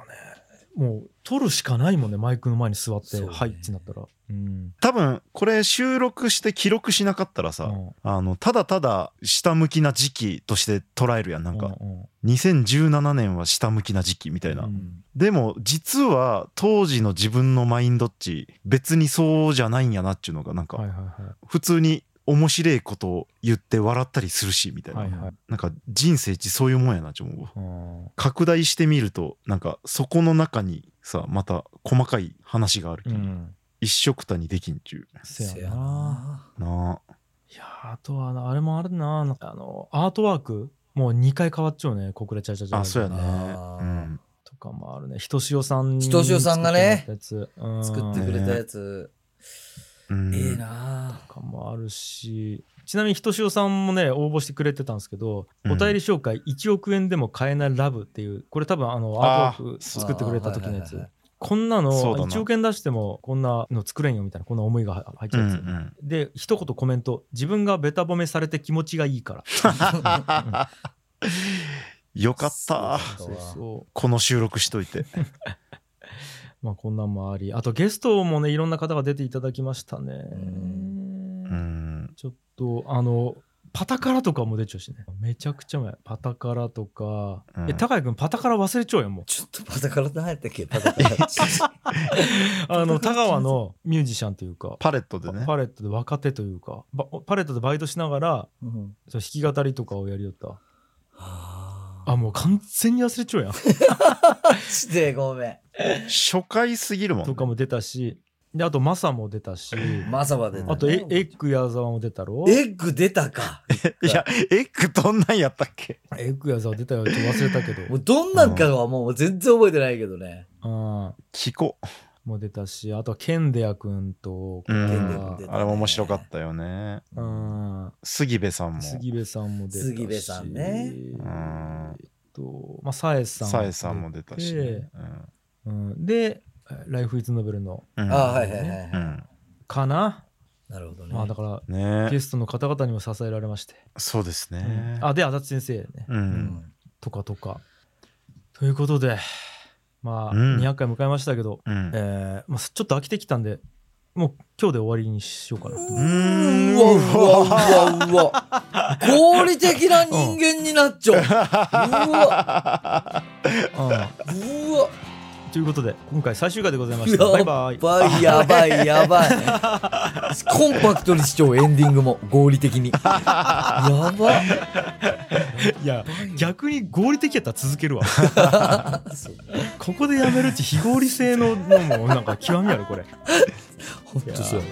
Speaker 1: もう撮るしかないもんねマイクの前に座って、
Speaker 3: そうね
Speaker 1: はいってなったらうん、
Speaker 2: 多分これ収録して記録しなかったらさ、
Speaker 1: うん
Speaker 2: あのただただ下向きな時期として捉えるやんなんか、
Speaker 1: うんうん
Speaker 2: 2017年は下向きな時期みたいな、
Speaker 1: うん
Speaker 2: でも実は当時の自分のマインドっち別にそうじゃないんやなっちゅうのがなんか
Speaker 1: はいはいは
Speaker 2: 普通に面白いことを言って笑ったりするしみたいな、
Speaker 1: はいはい
Speaker 2: なんか人生一そういうもんやなって思う
Speaker 1: いうん
Speaker 2: 拡大してみるとなんかそこの中にさまた細かい話があるき、
Speaker 1: うん
Speaker 2: 一色たにできんちゅ
Speaker 1: せ
Speaker 3: せ
Speaker 1: や
Speaker 3: や
Speaker 1: な
Speaker 3: ない
Speaker 2: ない
Speaker 1: やーあとはなあれもあるななんかあのアートワークもう2回変わっちゃうね国連チャチャチャ
Speaker 2: ああそうやね
Speaker 3: あ
Speaker 2: う
Speaker 3: ー
Speaker 2: ん
Speaker 1: とかもあるねひとしおさんに
Speaker 3: ひとしおさんがね
Speaker 1: 作ってもらったやつ
Speaker 3: 作ってくれたやつ。
Speaker 2: うん
Speaker 3: ええな
Speaker 1: とかもあるしちなみにひとしおさんもね応募してくれてたんですけど、
Speaker 2: うん
Speaker 1: お便り紹介1億円でも買えないラブっていうこれ多分あのアートワーク作ってくれた時のや
Speaker 3: あー
Speaker 1: つ
Speaker 3: はいはいはい
Speaker 1: こんなの
Speaker 2: そうだな
Speaker 1: 1億円出してもこんなの作れんよみたいなこんな思いが入っち
Speaker 2: う
Speaker 1: ゃ
Speaker 2: ん
Speaker 1: う
Speaker 2: う
Speaker 1: やつ、
Speaker 2: ん
Speaker 1: で一言コメント自分がべた褒めされて気持ちがいいから
Speaker 3: あ。
Speaker 2: よかった
Speaker 3: そうだわ
Speaker 1: そう
Speaker 2: この収録しといて
Speaker 1: まあこんなんもありあとゲストもねいろんな方が出ていただきましたね
Speaker 2: う
Speaker 3: ん
Speaker 2: ん
Speaker 1: ちょっとあのパタカラとかも出ちゃうしねめちゃくちゃうまいパタカラとか、
Speaker 2: うん
Speaker 1: え高谷君パタカラ忘れちゃうよ もう
Speaker 3: ちょっとパタカラって何やったっけパタカラ。
Speaker 1: あの田川のミュージシャンというか
Speaker 2: パレットでね
Speaker 1: パレットで若手というかばパレットでバイトしながら
Speaker 3: うん
Speaker 1: そう弾き語りとかをやりよった
Speaker 3: はあ
Speaker 1: あもう完全に忘れちゃうやん
Speaker 3: してごめん。
Speaker 2: 初回すぎるもん
Speaker 1: とかも出たしであとマサも出たし
Speaker 3: マサは出た。
Speaker 1: あとエエッグ矢沢も出たろ
Speaker 3: エッグ出たか。
Speaker 2: いやエッグどんなんやったっけ
Speaker 1: エッグ矢沢出たよちょっと忘れたけど
Speaker 3: もうどんなんかはもう全然覚えてないけどね。
Speaker 1: うん
Speaker 2: 聞こ
Speaker 1: も出たしあとはケンデヤ君と
Speaker 2: う、う
Speaker 3: ケン
Speaker 1: デヤ
Speaker 2: ん
Speaker 1: 君
Speaker 3: 出、たね
Speaker 2: あれも面白かったよね
Speaker 1: うん
Speaker 2: 杉部さんも
Speaker 1: 杉部さんも出たし
Speaker 3: 杉部さん
Speaker 2: ん
Speaker 3: ね
Speaker 1: えっとまあさえさん
Speaker 2: さえさんも出たしね、
Speaker 1: うん、で「ライフイズノベルの
Speaker 2: うんうん
Speaker 3: ああ、はいはいはいはい。
Speaker 2: うん
Speaker 1: かな、
Speaker 3: なるほどね。
Speaker 1: まあだから
Speaker 2: ね
Speaker 1: ゲストの方々にも支えられまして、
Speaker 2: そうですね、
Speaker 1: うんあで足立先生ね、
Speaker 2: うん
Speaker 3: うん
Speaker 1: とかとかということでまあ、
Speaker 2: うん
Speaker 1: 200回迎えましたけど、
Speaker 2: うん
Speaker 1: えーまあ、ちょっと飽きてきたんでもう今日で終わりにしようかなと、
Speaker 2: うーん
Speaker 3: うわうわうわうわ。合理的な人間になっちゃう。うわ
Speaker 1: う
Speaker 3: うわ。
Speaker 1: んということで今回最終回でございましたバイバ
Speaker 3: や
Speaker 1: イ
Speaker 3: ばいやばいやばいコンパクトにしちゃおうエンディングも合理的にやば
Speaker 1: いや逆に合理的やったら続けるわ
Speaker 3: そう
Speaker 1: ここでやめるって非合理性ののもなんか極みある これ
Speaker 3: 本当 そう。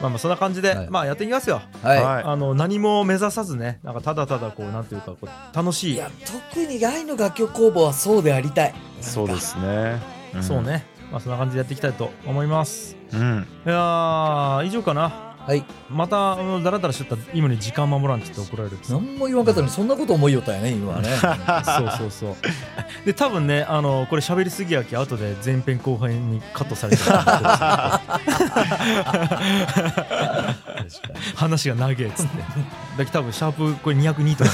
Speaker 1: まあまあそんな感じで、
Speaker 3: はい
Speaker 1: まあやっていきますよ
Speaker 3: はい。
Speaker 2: はい
Speaker 1: あの何も目指さずねなんかただただこうなんていうかこう楽し
Speaker 3: い
Speaker 1: い
Speaker 3: や、特に愛の楽曲工房はそうでありたい。
Speaker 2: そうですね。ん
Speaker 1: そう。ね、まあ、そんな感じでやっていきたいと思います
Speaker 2: うん。
Speaker 1: いやー以上かな
Speaker 3: はい。
Speaker 1: またあのダラダラしちゃった今に時間守らんって言って怒られるそう
Speaker 3: 何も言わんかったのに、そんなこと思いよったんやね、今 はね。
Speaker 1: そうそうで多分ねあのこれ喋りすぎやき後で前編後編にカットされてる
Speaker 3: 確かに。
Speaker 1: 話が長えっつってだけど多分シャープこれ202とか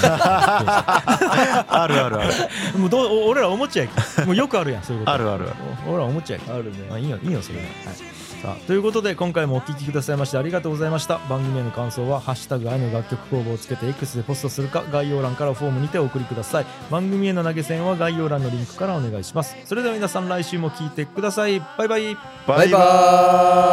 Speaker 2: あるあるある。
Speaker 1: もうどうお俺らおもちゃやきもうよくあるやんそういうこと
Speaker 2: あるあるある
Speaker 1: お俺らおもちゃやき
Speaker 3: ある
Speaker 1: まあ
Speaker 3: ね。
Speaker 1: いいよいいよそれは、はい、さあということで今回もお聞きくださいましてありがとうございました番組への感想は「ハッシュタグ愛の楽曲工房」をつけて X でポストするか概要欄からフォームにてお送りください番組への投げ銭は概要欄のリンクからお願いしますそれでは皆さん来週も聞いてくださいバイバイ
Speaker 3: バイバーイ